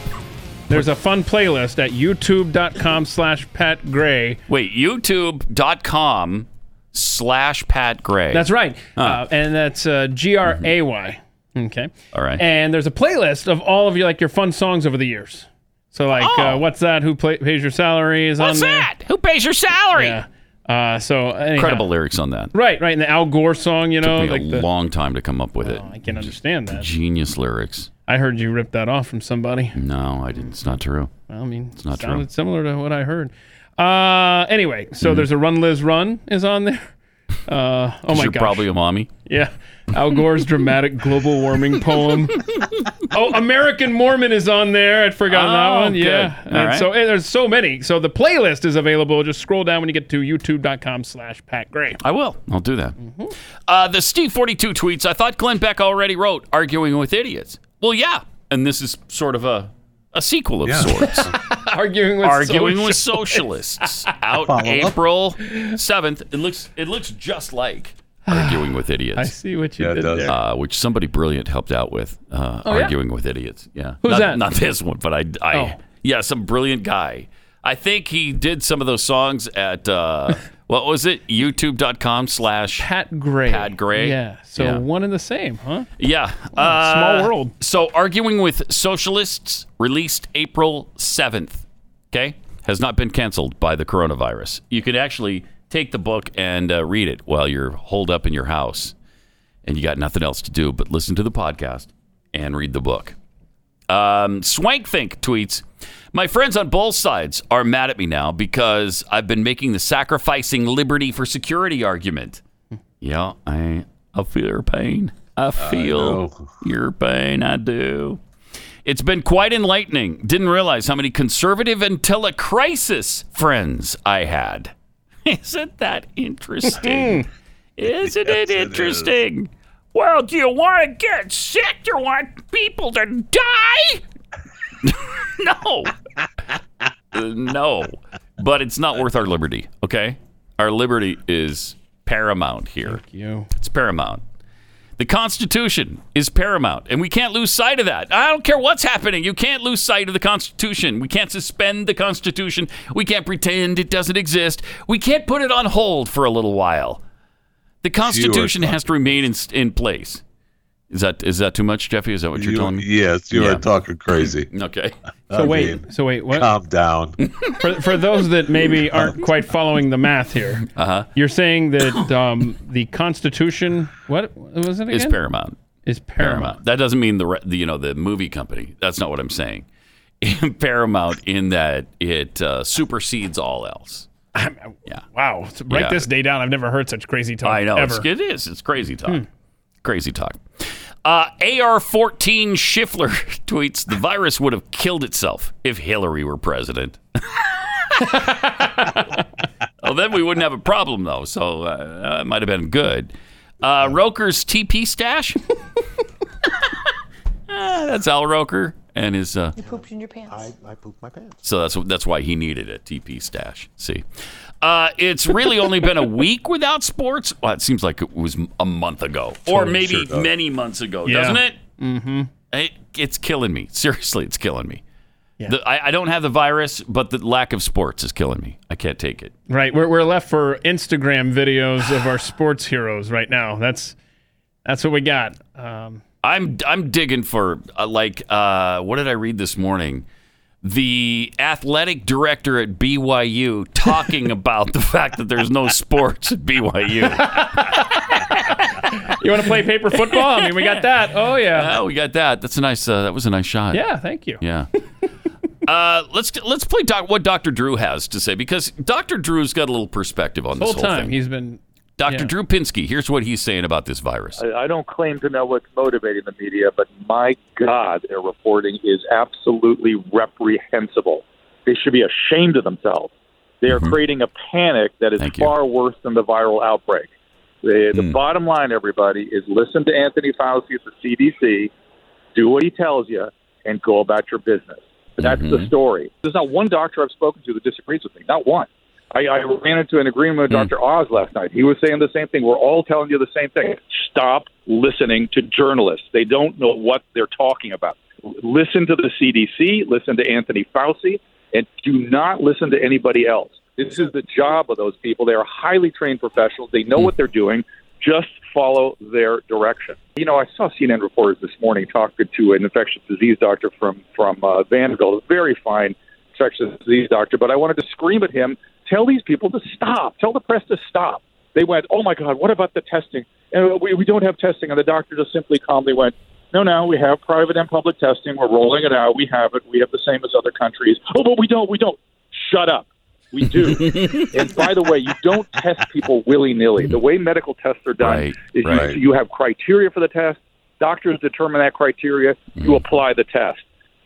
There's a fun playlist at youtube.com slash Pat Gray.
Wait, YouTube.com slash Pat Gray.
That's right. Uh, and that's uh, G R A Y. Okay.
Mm-hmm. All right.
And there's a playlist of all of your like your fun songs over the years. So like, uh, what's that? Who play, pays your salary is on there.
Oh. Who pays your salary?
Yeah. Uh, so anyhow.
Incredible lyrics on that.
Right, right. And the Al Gore song, you know,
Took me
like
a
the, Oh,
long time to come up with it.
I can understand that.
Genius lyrics.
I heard you ripped that off from somebody.
No, I didn't. It's not true.
Well, I mean,
Mm, It's not
sounded
true.
similar to what I heard. Uh, anyway, so
Mm-hmm.
there's a Run Liz Run is on there. <laughs> Uh, oh my
You're
gosh.
probably a mommy.
Yeah. Al Gore's dramatic global warming poem. oh, American Mormon is on there. I'd forgotten
Oh,
that one.
good.
Yeah.
All
And
right.
So and there's so many. So the playlist is available. Just scroll down when you get to youtube.com slash Pat Gray.
I will. I'll do that.
Mm-hmm.
Uh, the Steve forty two tweets. I thought Glenn Beck already wrote arguing with idiots. Well, yeah, and this is sort of a a sequel of sorts.
Arguing with
arguing with
socialists. <laughs>
socialists out April seventh. It looks it looks just like arguing with idiots.
I see what you did there.
Uh, which somebody brilliant helped out with uh,
Oh, yeah?
arguing with idiots. Yeah,
Who's
not,
that? Oh.
Not this one, but I, I yeah, some brilliant guy. I think he did some of those songs at
<laughs>
uh, what was it? YouTube.com slash
Pat Gray.
Pat Gray.
Yeah. So
yeah.
one and the same, huh?
Yeah. uh,
Wow, <laughs> small world.
So, arguing with socialists released April 7th. Okay. Has not been canceled by the coronavirus. You could actually take the book and uh, read it while you're holed up in your house and you got nothing else to do but listen to the podcast and read the book. Um, Swankthink tweets My friends on both sides are mad at me now because I've been making the sacrificing liberty for security argument. Yeah, I, I feel your pain. I feel your pain. I do. It's been quite enlightening. <laughs> Didn't realize how many conservative until a crisis friends I had. Isn't that
Hmm.
interesting? Isn't it interesting? Well, do you want to get sick? Do you want people to die? <laughs> no. Uh, no. But it's not worth our liberty, okay? Our liberty is paramount here.
You.
It's paramount. The Constitution is paramount, and we can't lose sight of that. I don't care what's happening. You can't lose sight of the Constitution. We can't suspend the Constitution. We can't pretend it doesn't exist. We can't put it on hold for a little while. The Constitution has to remain in, in place. Is that is that too much, Jeffy? Is that what you're
You-
telling me?
Yes, you
Yeah.
are talking crazy.
<laughs>
<laughs>
Okay.
So
I
wait.
mean,
so wait. What?
calm down.
<laughs> for, for those that maybe aren't quite following the math here, uh-huh. you're
<coughs>
saying that um, the Constitution, what was it again?
It's paramount.
Is paramount.
That doesn't mean the, re- the you know the movie company. That's not what I'm saying. <laughs> Paramount in that it uh, supersedes all else. yeah.
Wow. So write
Yeah.
this day down. I've never heard such crazy talk
I know.
ever. Hmm.
It's, it is. It's crazy talk. Crazy talk. Uh, AR14 Schiffler <laughs> tweets The virus would have killed itself if Hillary were president. <laughs> well, then we wouldn't have a problem, though. So uh, it might have been good. Uh, Roker's TP stash. <laughs> Ah, that's Al Roker and his. Uh,
pooped in your pants. I, I pooped my pants.
so that's that's why he needed a TP stash. See, uh, it's really only been a
<laughs>
week without sports. Well, it seems like it was a month ago, or
Totally
maybe
sure does.
many months ago,
Yeah.
doesn't it?
Mm-hmm.
it? It's killing me. Seriously, it's killing me. The- I, I don't have the virus, but the lack of sports is killing me. I can't take it.
Right. We're, we're left for Instagram videos of our sports heroes right now. That's that's what we got. Um,
I'm I'm digging for uh, like uh, what did I read this morning? the athletic director at BYU
<laughs>
talking about the fact that there's no sports at BYU.
You want to play paper <laughs> football? I mean,
<laughs>
we got that. Oh yeah.
Oh, we got that. That's a nice. Uh, that was a nice shot.
Yeah, thank you. <laughs>
Yeah. Uh, let's let's play doc, what Dr. Drew has to say because Dr. Drew's got a little perspective on
This
this
whole
whole,
time
thing.
he's been
Dr.
yeah.
Drew Pinsky, here's what he's saying about this virus.
I, I don't claim to know what's motivating the media, but my God, their reporting is absolutely reprehensible. They should be ashamed of themselves. They are creating a panic that is far worse than the viral outbreak. The, the bottom line, everybody, is listen to Anthony Fauci at the CDC, do what he tells you, and go about your business. That's the story. There's not one doctor I've spoken to that disagrees with me. Not one. I, I ran into an agreement with Dr. Oz last night. He was saying the same thing. We're all telling you the same thing. Stop listening to journalists. They don't know what they're talking about. L- Listen to the CDC, listen to Anthony Fauci, and do not listen to anybody else. This is the job of those people. They are highly trained professionals. They know what they're doing. Just follow their direction. You know, I saw CNN reporters this morning talking to an infectious disease doctor from from uh, Vanderbilt, a very fine infectious disease doctor, but I wanted to scream at him, tell these people to stop, tell the press to stop. They went, oh my God, what about the testing? And "Oh, we, we don't have testing. And the doctor just simply calmly went, no, no, we have private and public testing. We're rolling it out. We have it. We have the same as other countries. Oh, but we don't. We don't. Shut up.
<laughs>
We do. and by the way, you don't test people willy nilly. The way medical tests are done is
right.
You, you have criteria for the test. Doctors determine that criteria.
Hmm.
You apply the test.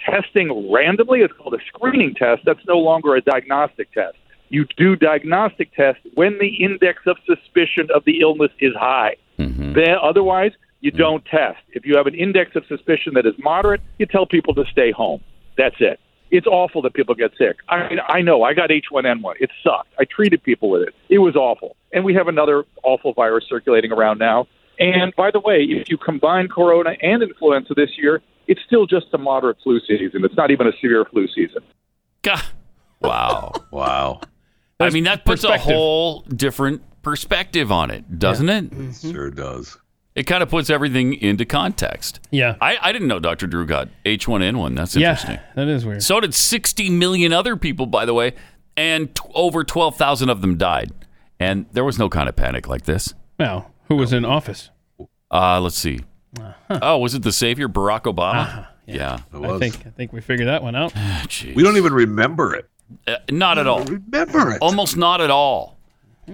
Testing randomly is called a screening test. That's no longer a diagnostic test. You do diagnostic tests when the index of suspicion of the illness is high.
Mm.
Then, otherwise, you don't test. If you have an index of suspicion that is moderate, you tell people to stay home. That's it. It's awful that people get sick. I mean, I know I got H1N1. It sucked. I treated people with it. It was awful. And we have another awful virus circulating around now. And by the way, if you combine corona and influenza this year, it's still just a moderate flu season. It's not even a severe flu season.
Wow. wow. I mean, that puts a
Perspective.
whole different perspective on it, doesn't it? Sure does. It kind of puts everything into context.
Yeah.
I, I didn't know Dr. Drew got H1N1. That's
Yeah.
interesting.
That is weird.
So did 60 million other people, by the way, and t- over 12,000 of them died. And there was no kind of panic like this.
Well, who was in office?
Uh, let's see. Oh, was it the savior, Barack Obama? yeah.
I think I think we figured
<sighs>
that one out.
We don't even remember it.
Uh, not at all.
Remember it.
Almost not at all.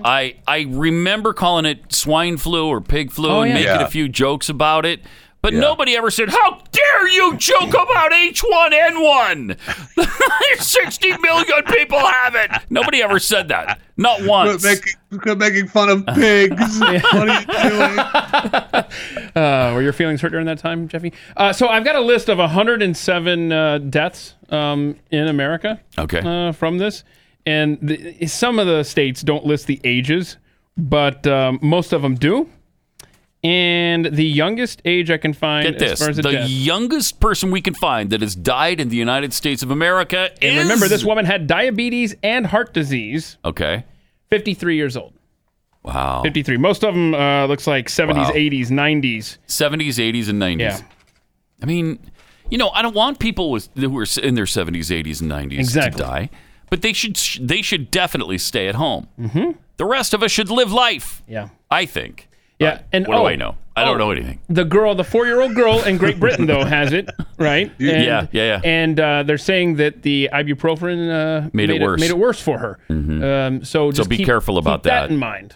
I I remember calling it swine flu or pig flu
Oh,
and
yeah.
making
Yeah.
a few jokes about it, but
Yeah.
nobody ever said, "How dare you joke about <laughs> H1N1? 60 million people have it." Nobody ever said that. Not once.
Quit making
<laughs>
fun of pigs. What are you doing?
Uh, were your feelings hurt during that time, Jeffy? Uh, so I've got a list of 107 uh, deaths um, in America.
Okay.
Uh, from this, and the, some of the states don't list the ages, but um, most of them do. And the youngest age I can find
Get
as
this:
far as a
the
death.
youngest person we can find that has died in the United States of America
and
is
remember, this woman had diabetes and heart disease.
Okay.
53 years old.
Wow.
53. Most of them uh, looks like 70s,
Wow.
80s, 90s.
70s, 80s, and 90s.
Yeah.
I mean, you know, I don't want people with who are in their 70s, 80s, and 90s
Exactly.
to die, but they should they should definitely stay at home. Mm-hmm. The rest of us should live life.
Yeah.
I think.
Yeah, and
Uh, what
oh,
do I know? I don't
oh.
know anything.
The girl, the four-year-old girl in Great Britain, though, has it, right?
You- Yeah, yeah, yeah.
And uh, they're saying that the ibuprofen uh,
Made it worse. Mm-hmm.
Made it worse for her. Um, so
So
just
be
keep-
careful about
keep that.
that.
in mind.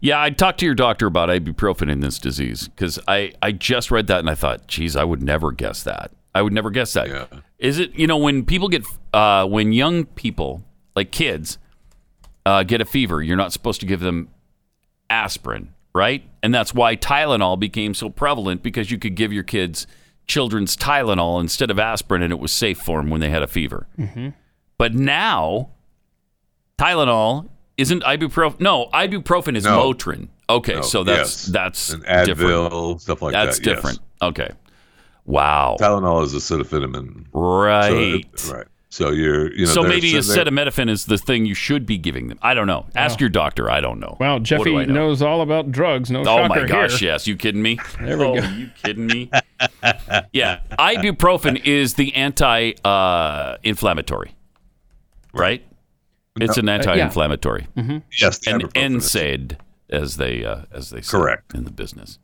Yeah, I'd talk to your doctor about ibuprofen in this disease because I, I just read that and I thought, geez, I would never guess that. I would never guess that. Is it, you know, when people get, uh, when young people, like kids, uh, get a fever, you're not supposed to give them aspirin, right? And that's why Tylenol became so prevalent because you could give your kids children's Tylenol instead of aspirin and it was safe for them when they had a fever.
Mm-hmm.
But now, Tylenol isn't ibuprofen. No, ibuprofen is
No.
Motrin. Okay,
No,
so that's
yes.
that's
And
different.
Advil, stuff like
that's
that, yes.
different. Okay, wow.
Tylenol is acetaminophen.
Right.
So, right. So you're, you know,
so
they're
maybe
sitting there-
acetaminophen is the thing you should be giving them. I don't know. Ask your doctor. I don't know.
Wow,
Oh, What do
Jeffy
I know?
knows all about drugs. No
oh
shocker
my gosh!
here.
Yes, you kidding me?
<laughs> There
<laughs>
we
oh,
go.
You kidding me? yeah, ibuprofen is the uh, anti-inflammatory, right? It's an
Uh, yeah.
anti-inflammatory.
Mhm.
Yes, the
an
ibuprofen is.
NSAID, as they uh, as they say
Correct.
in the business.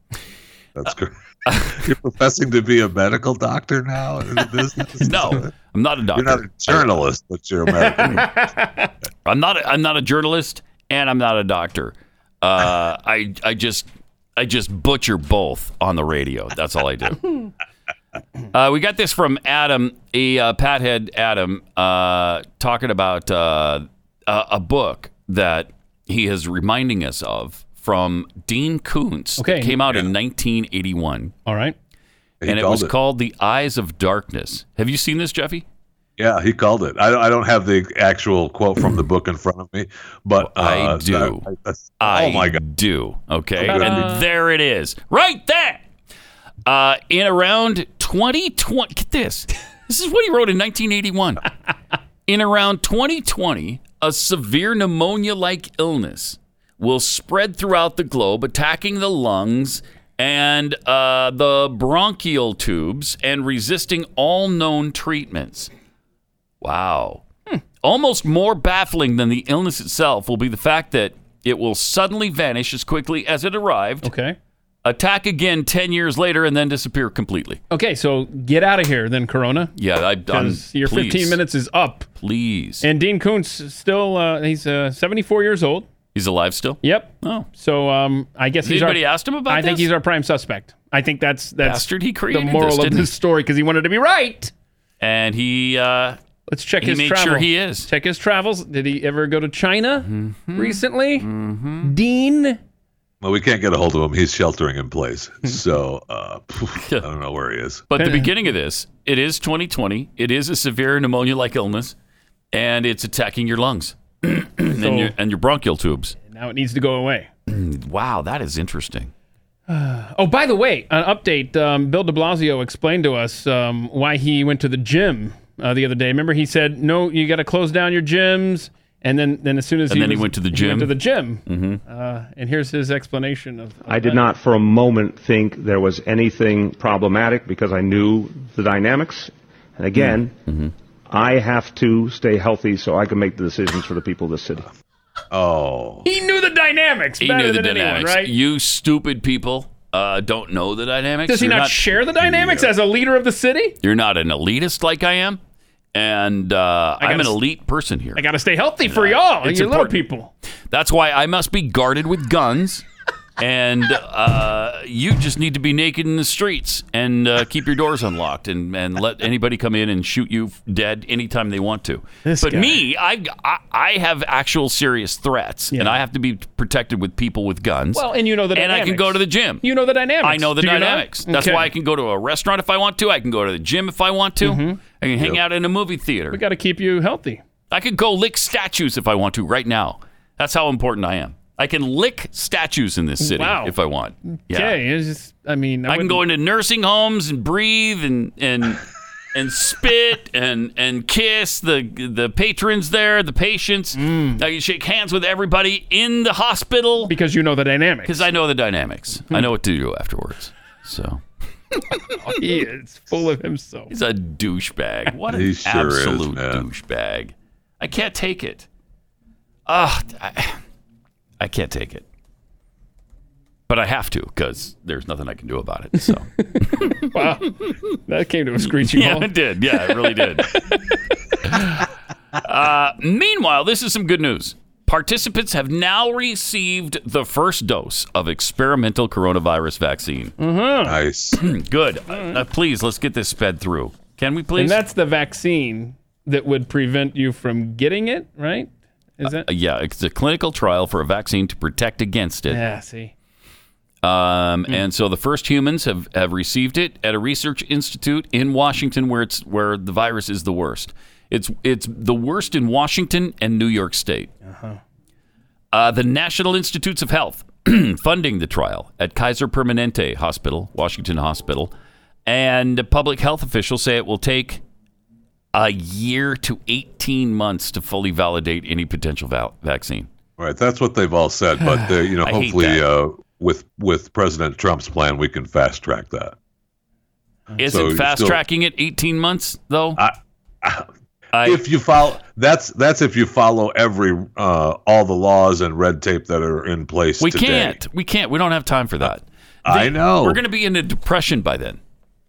That's correct. <laughs> You're professing to be a medical doctor now
<laughs>
in the business?
No, I'm not a doctor.
You're not a journalist, but you're a medical.
<laughs> I'm not. A, I'm not a journalist, and I'm not a doctor. Uh, I I just I just butcher both on the radio. That's all I
<laughs>
do. Uh, we got this from Adam, a uh, pathead Adam, uh, talking about uh, a, a book that he is reminding us of from Dean Koontz.
Okay.
that came out in 1981,
All right.
and it was called "The Eyes of Darkness." Have you seen this, Jeffy?
Yeah, he called it. I, I don't have the actual quote from the book in front of me, but
I
uh,
do.
I,
I
oh my god,
do. Okay,
I'm gonna
and there it is, right there. Uh, in around 2020, get this. This is what he wrote in 1981. <laughs> in around 2020, a severe pneumonia-like illness will spread throughout the globe, attacking the lungs and uh, the bronchial tubes, and resisting all known treatments. Wow. Almost more baffling than the illness itself will be the fact that it will suddenly vanish as quickly as it arrived.
Okay.
Attack again 10 years later and then disappear completely.
Okay, so get out of here then, Corona.
Yeah, I, I'm.
Because your
please,
15 minutes is up.
Please.
And Dean Koontz is still, uh, he's uh, 74 years old.
He's alive still?
Yep.
Oh.
So um, I guess
Has
he's.
anybody
our,
asked him about
I think
this?
he's our prime suspect. I think that's that's
Bastard, he created
the moral
this,
of
didn't
this
he?
story because he wanted to be right.
And he. Uh,
Let's check
he
his
made
travel.
sure he is. Mm-hmm.
Check his travels. Did he ever go to China recently? Dean.
Well, we can't get a hold of him. He's sheltering
<laughs>
in place, so uh, I don't know where he is.
But the beginning of this, it is 2020. It is a severe pneumonia like illness, and it's attacking your lungs <clears throat> and, your, and your bronchial tubes.
Now it needs to go away.
<clears throat> Wow, that is interesting.
<sighs> Oh, by the way, an update. Um, Bill de Blasio explained to us um, why he went to the gym uh, the other day. Remember, he said, "No, you got to close down your gyms." And then, then as soon as
And
he,
then he
was-
went to the
He
gym.
went to the gym. Uh, and here's his explanation of.
I did not for a moment think there was anything problematic because I knew the dynamics. And again, I have to stay healthy so I can make the decisions for the people of the city.
Oh.
He knew the dynamics
He
better
knew the
than anyone,
dynamics.
right?
You stupid people uh, don't know the dynamics.
Does he
You're
not, share the dynamics as a leader of the city?
You're not an elitist like I am, and uh,
I
I'm an
gotta s-
elite person here.
I got to stay healthy for y'all,
It's
you little
important.
people.
That's why I must be guarded with
<laughs>
guns, and uh, you just need to be naked in the streets and uh, keep your doors unlocked and, and let anybody come in and shoot you dead anytime they want to. but
guy.
me, I, I I have actual serious threats, and I have to be protected with people with guns.
Well, and you know the
and I can go to the gym.
You know the dynamics.
I know the
do you not?
dynamics. That's
Okay.
why I can go to a restaurant if I want to. I can go to the gym if I want to. I can hang out in a movie theater.
Mm-hmm. we got to keep you healthy.
I could go lick statues if I want to right now. That's how important I am. I can lick statues in this city
Wow.
if I want. Yeah.
Okay, it's just, I mean,
I can go into nursing homes and breathe and and and spit and and kiss the the patrons there, the patients.
Mm.
I can shake hands with everybody in the hospital
because you know the dynamics.
because I know the dynamics. I know what to do
<laughs>
afterwards. So
Oh, he is full of himself.
he's a
<laughs>
douchebag. What
He
an
sure is,
absolute
man.
douchebag! I can't take it. Ugh, I, I can't take it. But I have to because there's nothing I can do about
<laughs>
it. So.
<laughs> Wow, that came to a screeching
yeah,
halt.
it did. Yeah, it
<laughs>
really
<laughs>
did. uh, meanwhile, this is some good news. Participants have now received the first dose of experimental coronavirus vaccine.
Nice.
<clears throat> good. Uh, please, let's get this sped through. Can we please?
And that's the vaccine that would prevent you from getting it, right? Is that?
Uh, yeah, it's a clinical trial for a vaccine to protect against it.
yeah, see.
Um,
Hmm.
And so the first humans have, have received it at a research institute in Washington where it's where the virus is the worst. It's it's the worst in Washington and New York State. Uh, the National Institutes of Health <clears throat> funding the trial at Kaiser Permanente Hospital, Washington Hospital, and public health officials say it will take a year to 18 months to fully validate any potential val- vaccine.
All Right, that's what they've all said. But they, you
<sighs>
know,
I hate
hopefully,
that.
uh, with with President Trump's plan, we can fast track that. So
Isn't
you
fast
still-
tracking it 18 months though?
if you follow that's that's if you follow every uh, all the laws and red tape that are in place
we
today.
can't. We can't. We don't have time for that.
I know.
We're going to be in a depression by then.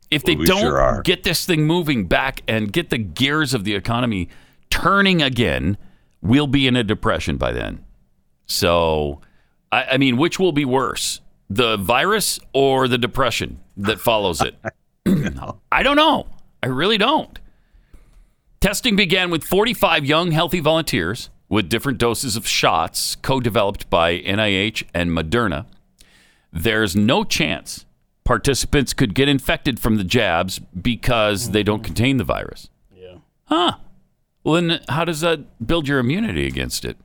If they
Well, we
don't
sure are.
get this thing moving back and get the gears of the economy turning again, we'll be in a depression by then. So, I, I mean, which will be worse, the virus or the depression that follows
<laughs>
it? <clears throat> I don't know. I really don't. Testing began with 45 young, healthy volunteers with different doses of shots co developed by NIH and Moderna. There's no chance participants could get infected from the jabs because they don't contain the virus. Yeah. Huh. Well, then how does that build your immunity against it?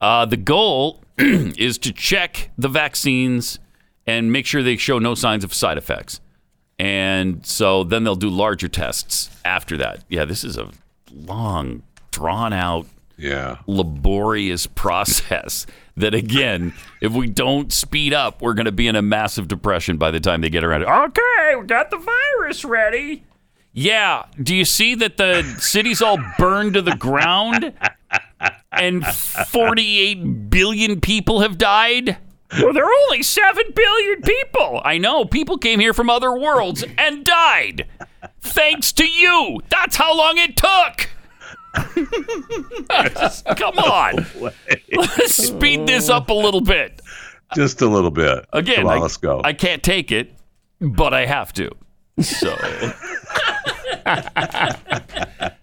Uh, the goal <clears throat> is to check the vaccines and make sure they show no signs of side effects. And so then they'll do larger tests after that. Yeah, this is a long, drawn out,
yeah,
laborious <laughs> process that again, if we don't speed up, we're going to be in a massive depression by the time they get around it. Oh, Okay, we got the virus ready. yeah. Do you see that the city's all burned to the ground and 48 billion people have died? Well, there are only 7 billion people. I know. People came here from other worlds and died. Thanks to you. That's how long it took. <laughs> Just- come on. Let's <laughs> speed this up a little bit.
Just a little bit.
Again,
Come on,
I,
let's go.
I can't take it, but I have to. So
<laughs>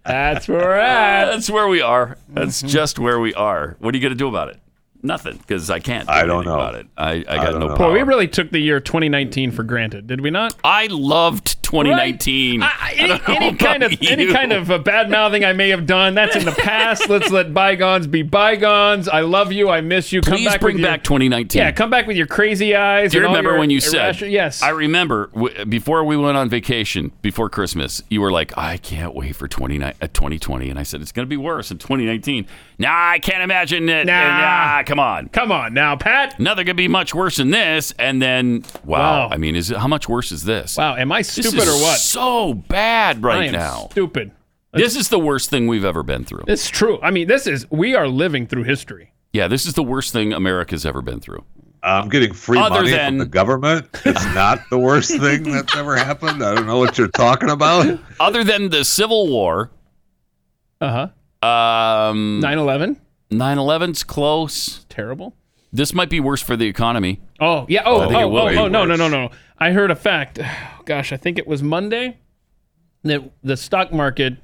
that's where we're at. That's where we are. That's
Mm-hmm.
just where we are. What are you going to do about it? Nothing, because I can't. Do I don't know about it. I, I got no
Boy,
power.
we really took the year 2019 for granted, did we not?
I loved 2019. <laughs>
any, any kind of any kind of uh, bad mouthing I may have done, that's in the past. Let's let bygones be bygones. I love you. I miss you. Come
Please
back
bring
with your-
back 2019.
Yeah, come back with your crazy eyes.
Do you
and all
remember
your
when you
irrational-
said?
yes?
I remember w- before we went on vacation before Christmas. You were like, "I can't wait for 29 uh, 2020," and I said, "It's going to be worse in 2019." Nah, I can't imagine it.
Nah.
nah come on,
come on now, Pat.
Nothing could be much worse than this. And then, wow, I mean, is it, how much worse is this?
Wow, am I stupid
is
or what?
So bad right
I am
now.
Stupid.
This is the worst thing we've ever been through.
It's true. I mean, this is we are living through history.
Yeah, this is the worst thing America's ever been through.
I'm
<laughs>
getting free
Other
money
than-
from the government. It's not the worst thing that's ever happened. I don't know what you're talking about.
Other than the Civil War,
Uh
um,
9/11?
9/11's close.
Terrible.
This might be worse for the economy.
Oh yeah. Oh
I
oh
think it
oh,
will be
oh no no
worse.
no no. I heard a fact. <sighs> Gosh, I think it was Monday that the stock market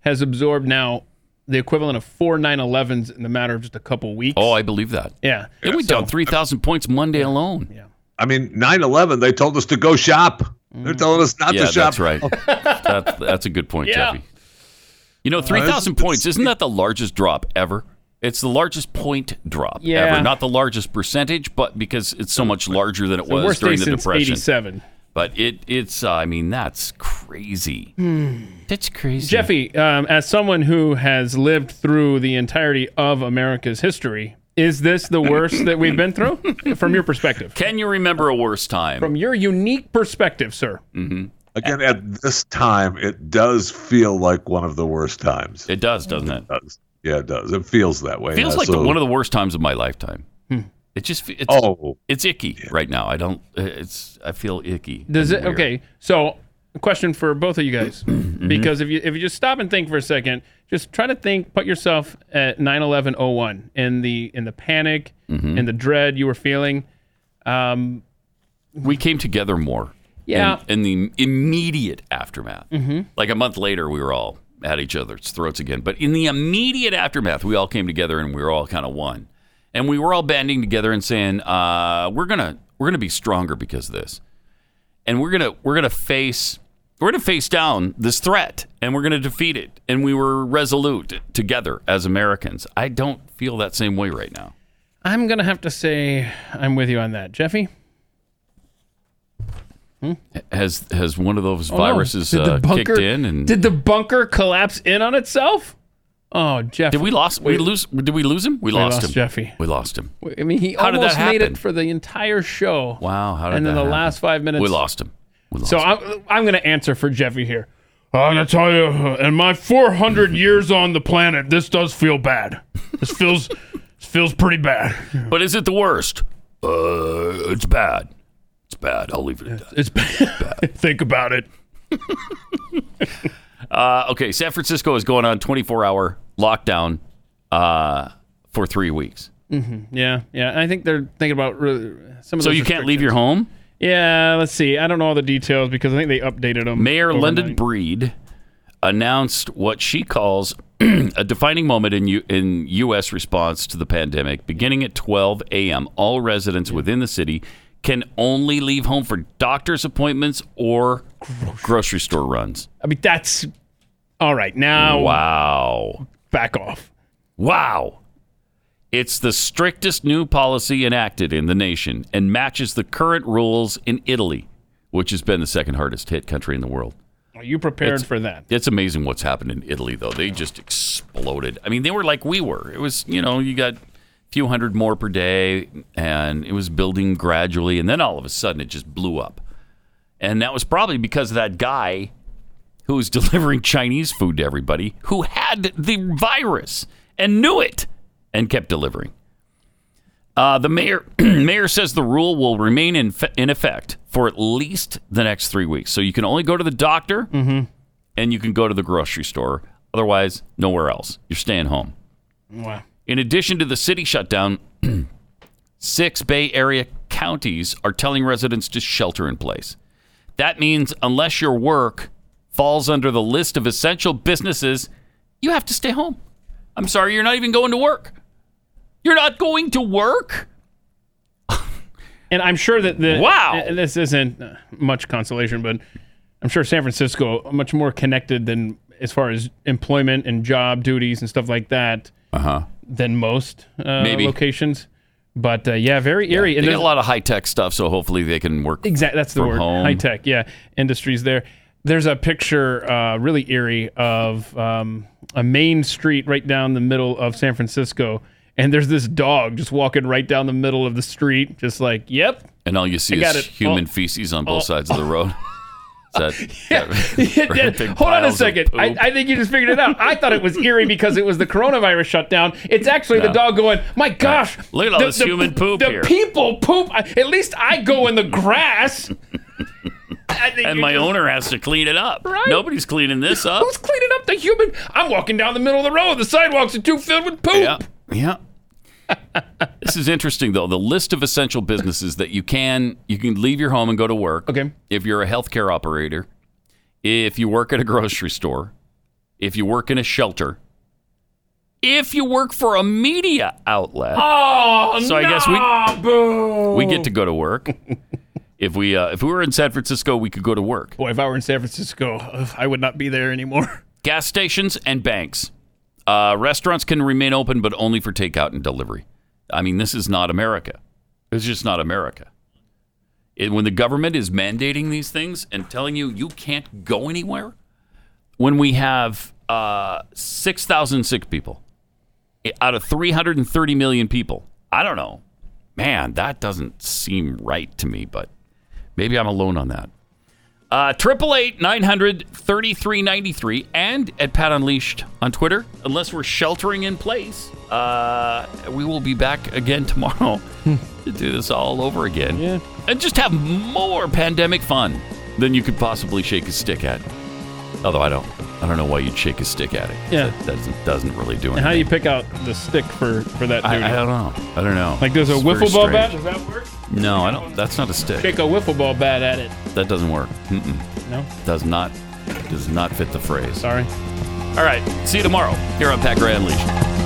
has absorbed now the equivalent of four 9/11s in the matter of just a couple weeks.
Oh, I believe that.
Yeah.
It went down 3,000 points Monday alone. Yeah.
I mean, 9/11. They told us to go shop. They're telling us not
yeah,
to shop.
that's
<laughs>
right. that, that's a good point,
Yeah.
Jeffy. You
Uh,
know, 3,000 points, isn't that the largest drop ever? It's the largest point drop
Yeah.
ever. Not the largest percentage, but because it's so much larger than it
The
was
worst
during
day
the
since
Depression.
87.
But it, it's, uh, I mean, that's crazy. That's crazy.
Jeffy, um, as someone who has lived through the entirety of America's history, is this the worst that we've
<laughs>
been through from your perspective?
Can you remember a worse time?
From your unique perspective, sir.
Mm-hmm. Again, at this time, it does feel like one of the worst times.
It does, doesn't it?
does. Yeah, it does. It feels that way.
feels
yeah,
like the,
so-
one of the worst times of my lifetime. It just fe- it's,
Oh.
it's icky right now. I don't. uh, It's I feel icky.
Does
and
it?
weird. Mm-hmm.
Okay. So, a question for both of you
<clears throat>
guys, because if you if you just stop and think for a second, just try to think, put yourself at 9/11/01 in the in the panic,
Mhm.
in the dread you were feeling. Um,
We came together more.
Yeah.
In, in the immediate aftermath,
Mhm.
like a month later, we were all at each other's throats again. But in the immediate aftermath, we all came together and we were all kind of one, and we were all banding together and saying, uh, "We're gonna we're gonna be stronger because of this." and we're gonna we're gonna face we're gonna face down this threat and we're gonna defeat it and we were resolute together as americans i don't feel that same way right now
I'm gonna have to say I'm with you on that, Jeffy.
has has one of those
Oh, no.
viruses
Did the
uh,
bunker-
kicked in and
Did the bunker collapse in on itself? Oh, Jeff.
Did we lost we
Wait.
lose did we lose him we,
We
lost,
lost
him
Jeffy.
we lost him
I mean, he
How did that
almost made
happen?
it for the entire show.
wow how did
and
that
then the
happen?
last five minutes.
we lost him we
So I'm, I'm going to answer for Jeffy here. I'm going to tell you, uh, in my 400 years on the planet, this does feel bad. This feels <laughs> this feels pretty bad.
But is it the worst? Uh, it's bad. It's bad. I'll leave it at that.
It's bad. <laughs> <laughs> Think about it.
Uh, okay, San Francisco is going on 24 hour lockdown uh, for three weeks.
hmm Yeah, yeah. And I think they're thinking about really, some of
So
those
you can't leave your home?
Yeah, let's see. I don't know all the details because I think they updated them.
Mayor London Breed announced what she calls <clears throat> a defining moment in, U- in U.S. response to the pandemic. Beginning at 12 a.m., all residents within the city can only leave home for doctor's appointments or grocery store runs.
I mean, that's all right. Now,
Wow.
back off.
Wow. It's the strictest new policy enacted in the nation and matches the current rules in Italy, which has been the second hardest hit country in the world.
Are you prepared
It's-
for that?
It's amazing what's happened in Italy, though. They just exploded. I mean, they were like we were. It was, you know, you got a few hundred more per day, and it was building gradually. And then all of a sudden, it just blew up. And that was probably because of that guy who was <laughs> delivering Chinese food to everybody who had the virus and knew it and kept delivering. Uh, the mayor <clears throat> mayor says the rule will remain in, fe- in effect for at least the next three weeks. So you can only go to the doctor and you can go to the grocery store. Otherwise, nowhere else. You're staying home.
Wow.
In addition to the city shutdown, <clears throat> six Bay Area counties are telling residents to shelter in place. That means unless your work falls under the list of essential businesses, you have to stay home. I'm sorry, you're not even going to work. You're not going to work?
And I'm sure that the
Wow.
and this isn't uh, much consolation, but I'm sure San Francisco are much more connected than as far as employment and job duties and stuff like that
Uh-huh.
than most uh,
Maybe.
locations. But uh, yeah, very eerie.
They
and
got a
there's-
lot of high tech stuff, so hopefully they can work.
Exactly, that's the
from
word.
home.
High tech, yeah. Industries there. There's a picture, uh, really eerie, of um, a main street right down the middle of San Francisco, and there's this dog just walking right down the middle of the street, just like, yep,
And all you see
I got
is
it.
human
Oh.
feces on both
Oh.
sides
<laughs>
of the road. Is that, <laughs> that
Yeah,
big
Hold on a
piles of
second. I,
poop?
I think you just figured it out. I thought it was eerie because it was the coronavirus shutdown. It's actually the
No.
dog going, my gosh.
Look at all
the-
this
the-
human poop
The
here."
people poop. I- At least I go in
<laughs>
the grass. I think
and
you
my
just-
owner has to clean it up.
Right.
Nobody's cleaning this
<laughs>
up.
Who's cleaning up the human? I'm walking down the middle of the road. The sidewalks are too filled with poop.
Yeah. Yeah. this is interesting though. The list of essential businesses that you can you can leave your home and go to work.
Okay.
If you're a healthcare operator, if you work at a grocery store, if you work in a shelter, if you work for a media outlet.
Oh,
Uh, So I guess we-
nah, boo.
We get to go to work. if we uh, if we were in San Francisco, we could go to work.
Boy, if I were in San Francisco, ugh, I would not be there anymore.
Gas stations and banks. Uh, restaurants can remain open, but only for takeout and delivery. I mean, this is not America. It's just not America. It, when the government is mandating these things and telling you you can't go anywhere, when we have uh, 6,000 sick people i- out of 330 million people, I don't know. Man, that doesn't seem right to me, but maybe I'm alone on that. Uh, Triple eight nine hundred thirty three ninety three and at Pat Unleashed on Twitter. Unless we're sheltering in place, uh, we will be back again tomorrow <laughs> to do this all over again.
Hmm. Yeah.
And just have more pandemic fun than you could possibly shake a stick at. Although I don't, I don't know why you'd shake a stick at it.
Yeah.
that doesn't doesn't really do anything.
And how do you pick out the stick for, for that duty?
I, I don't know. I don't know.
like there's a
It's very
wiffle ball bat.
strange.
Does that work?
No, I don't. That's not a stick.
Shake a wiffle ball bat at it.
That doesn't work. Mm-mm.
No?
Does not does not fit the phrase.
Sorry.
All right. See you tomorrow here on Pat Gray Unleashed.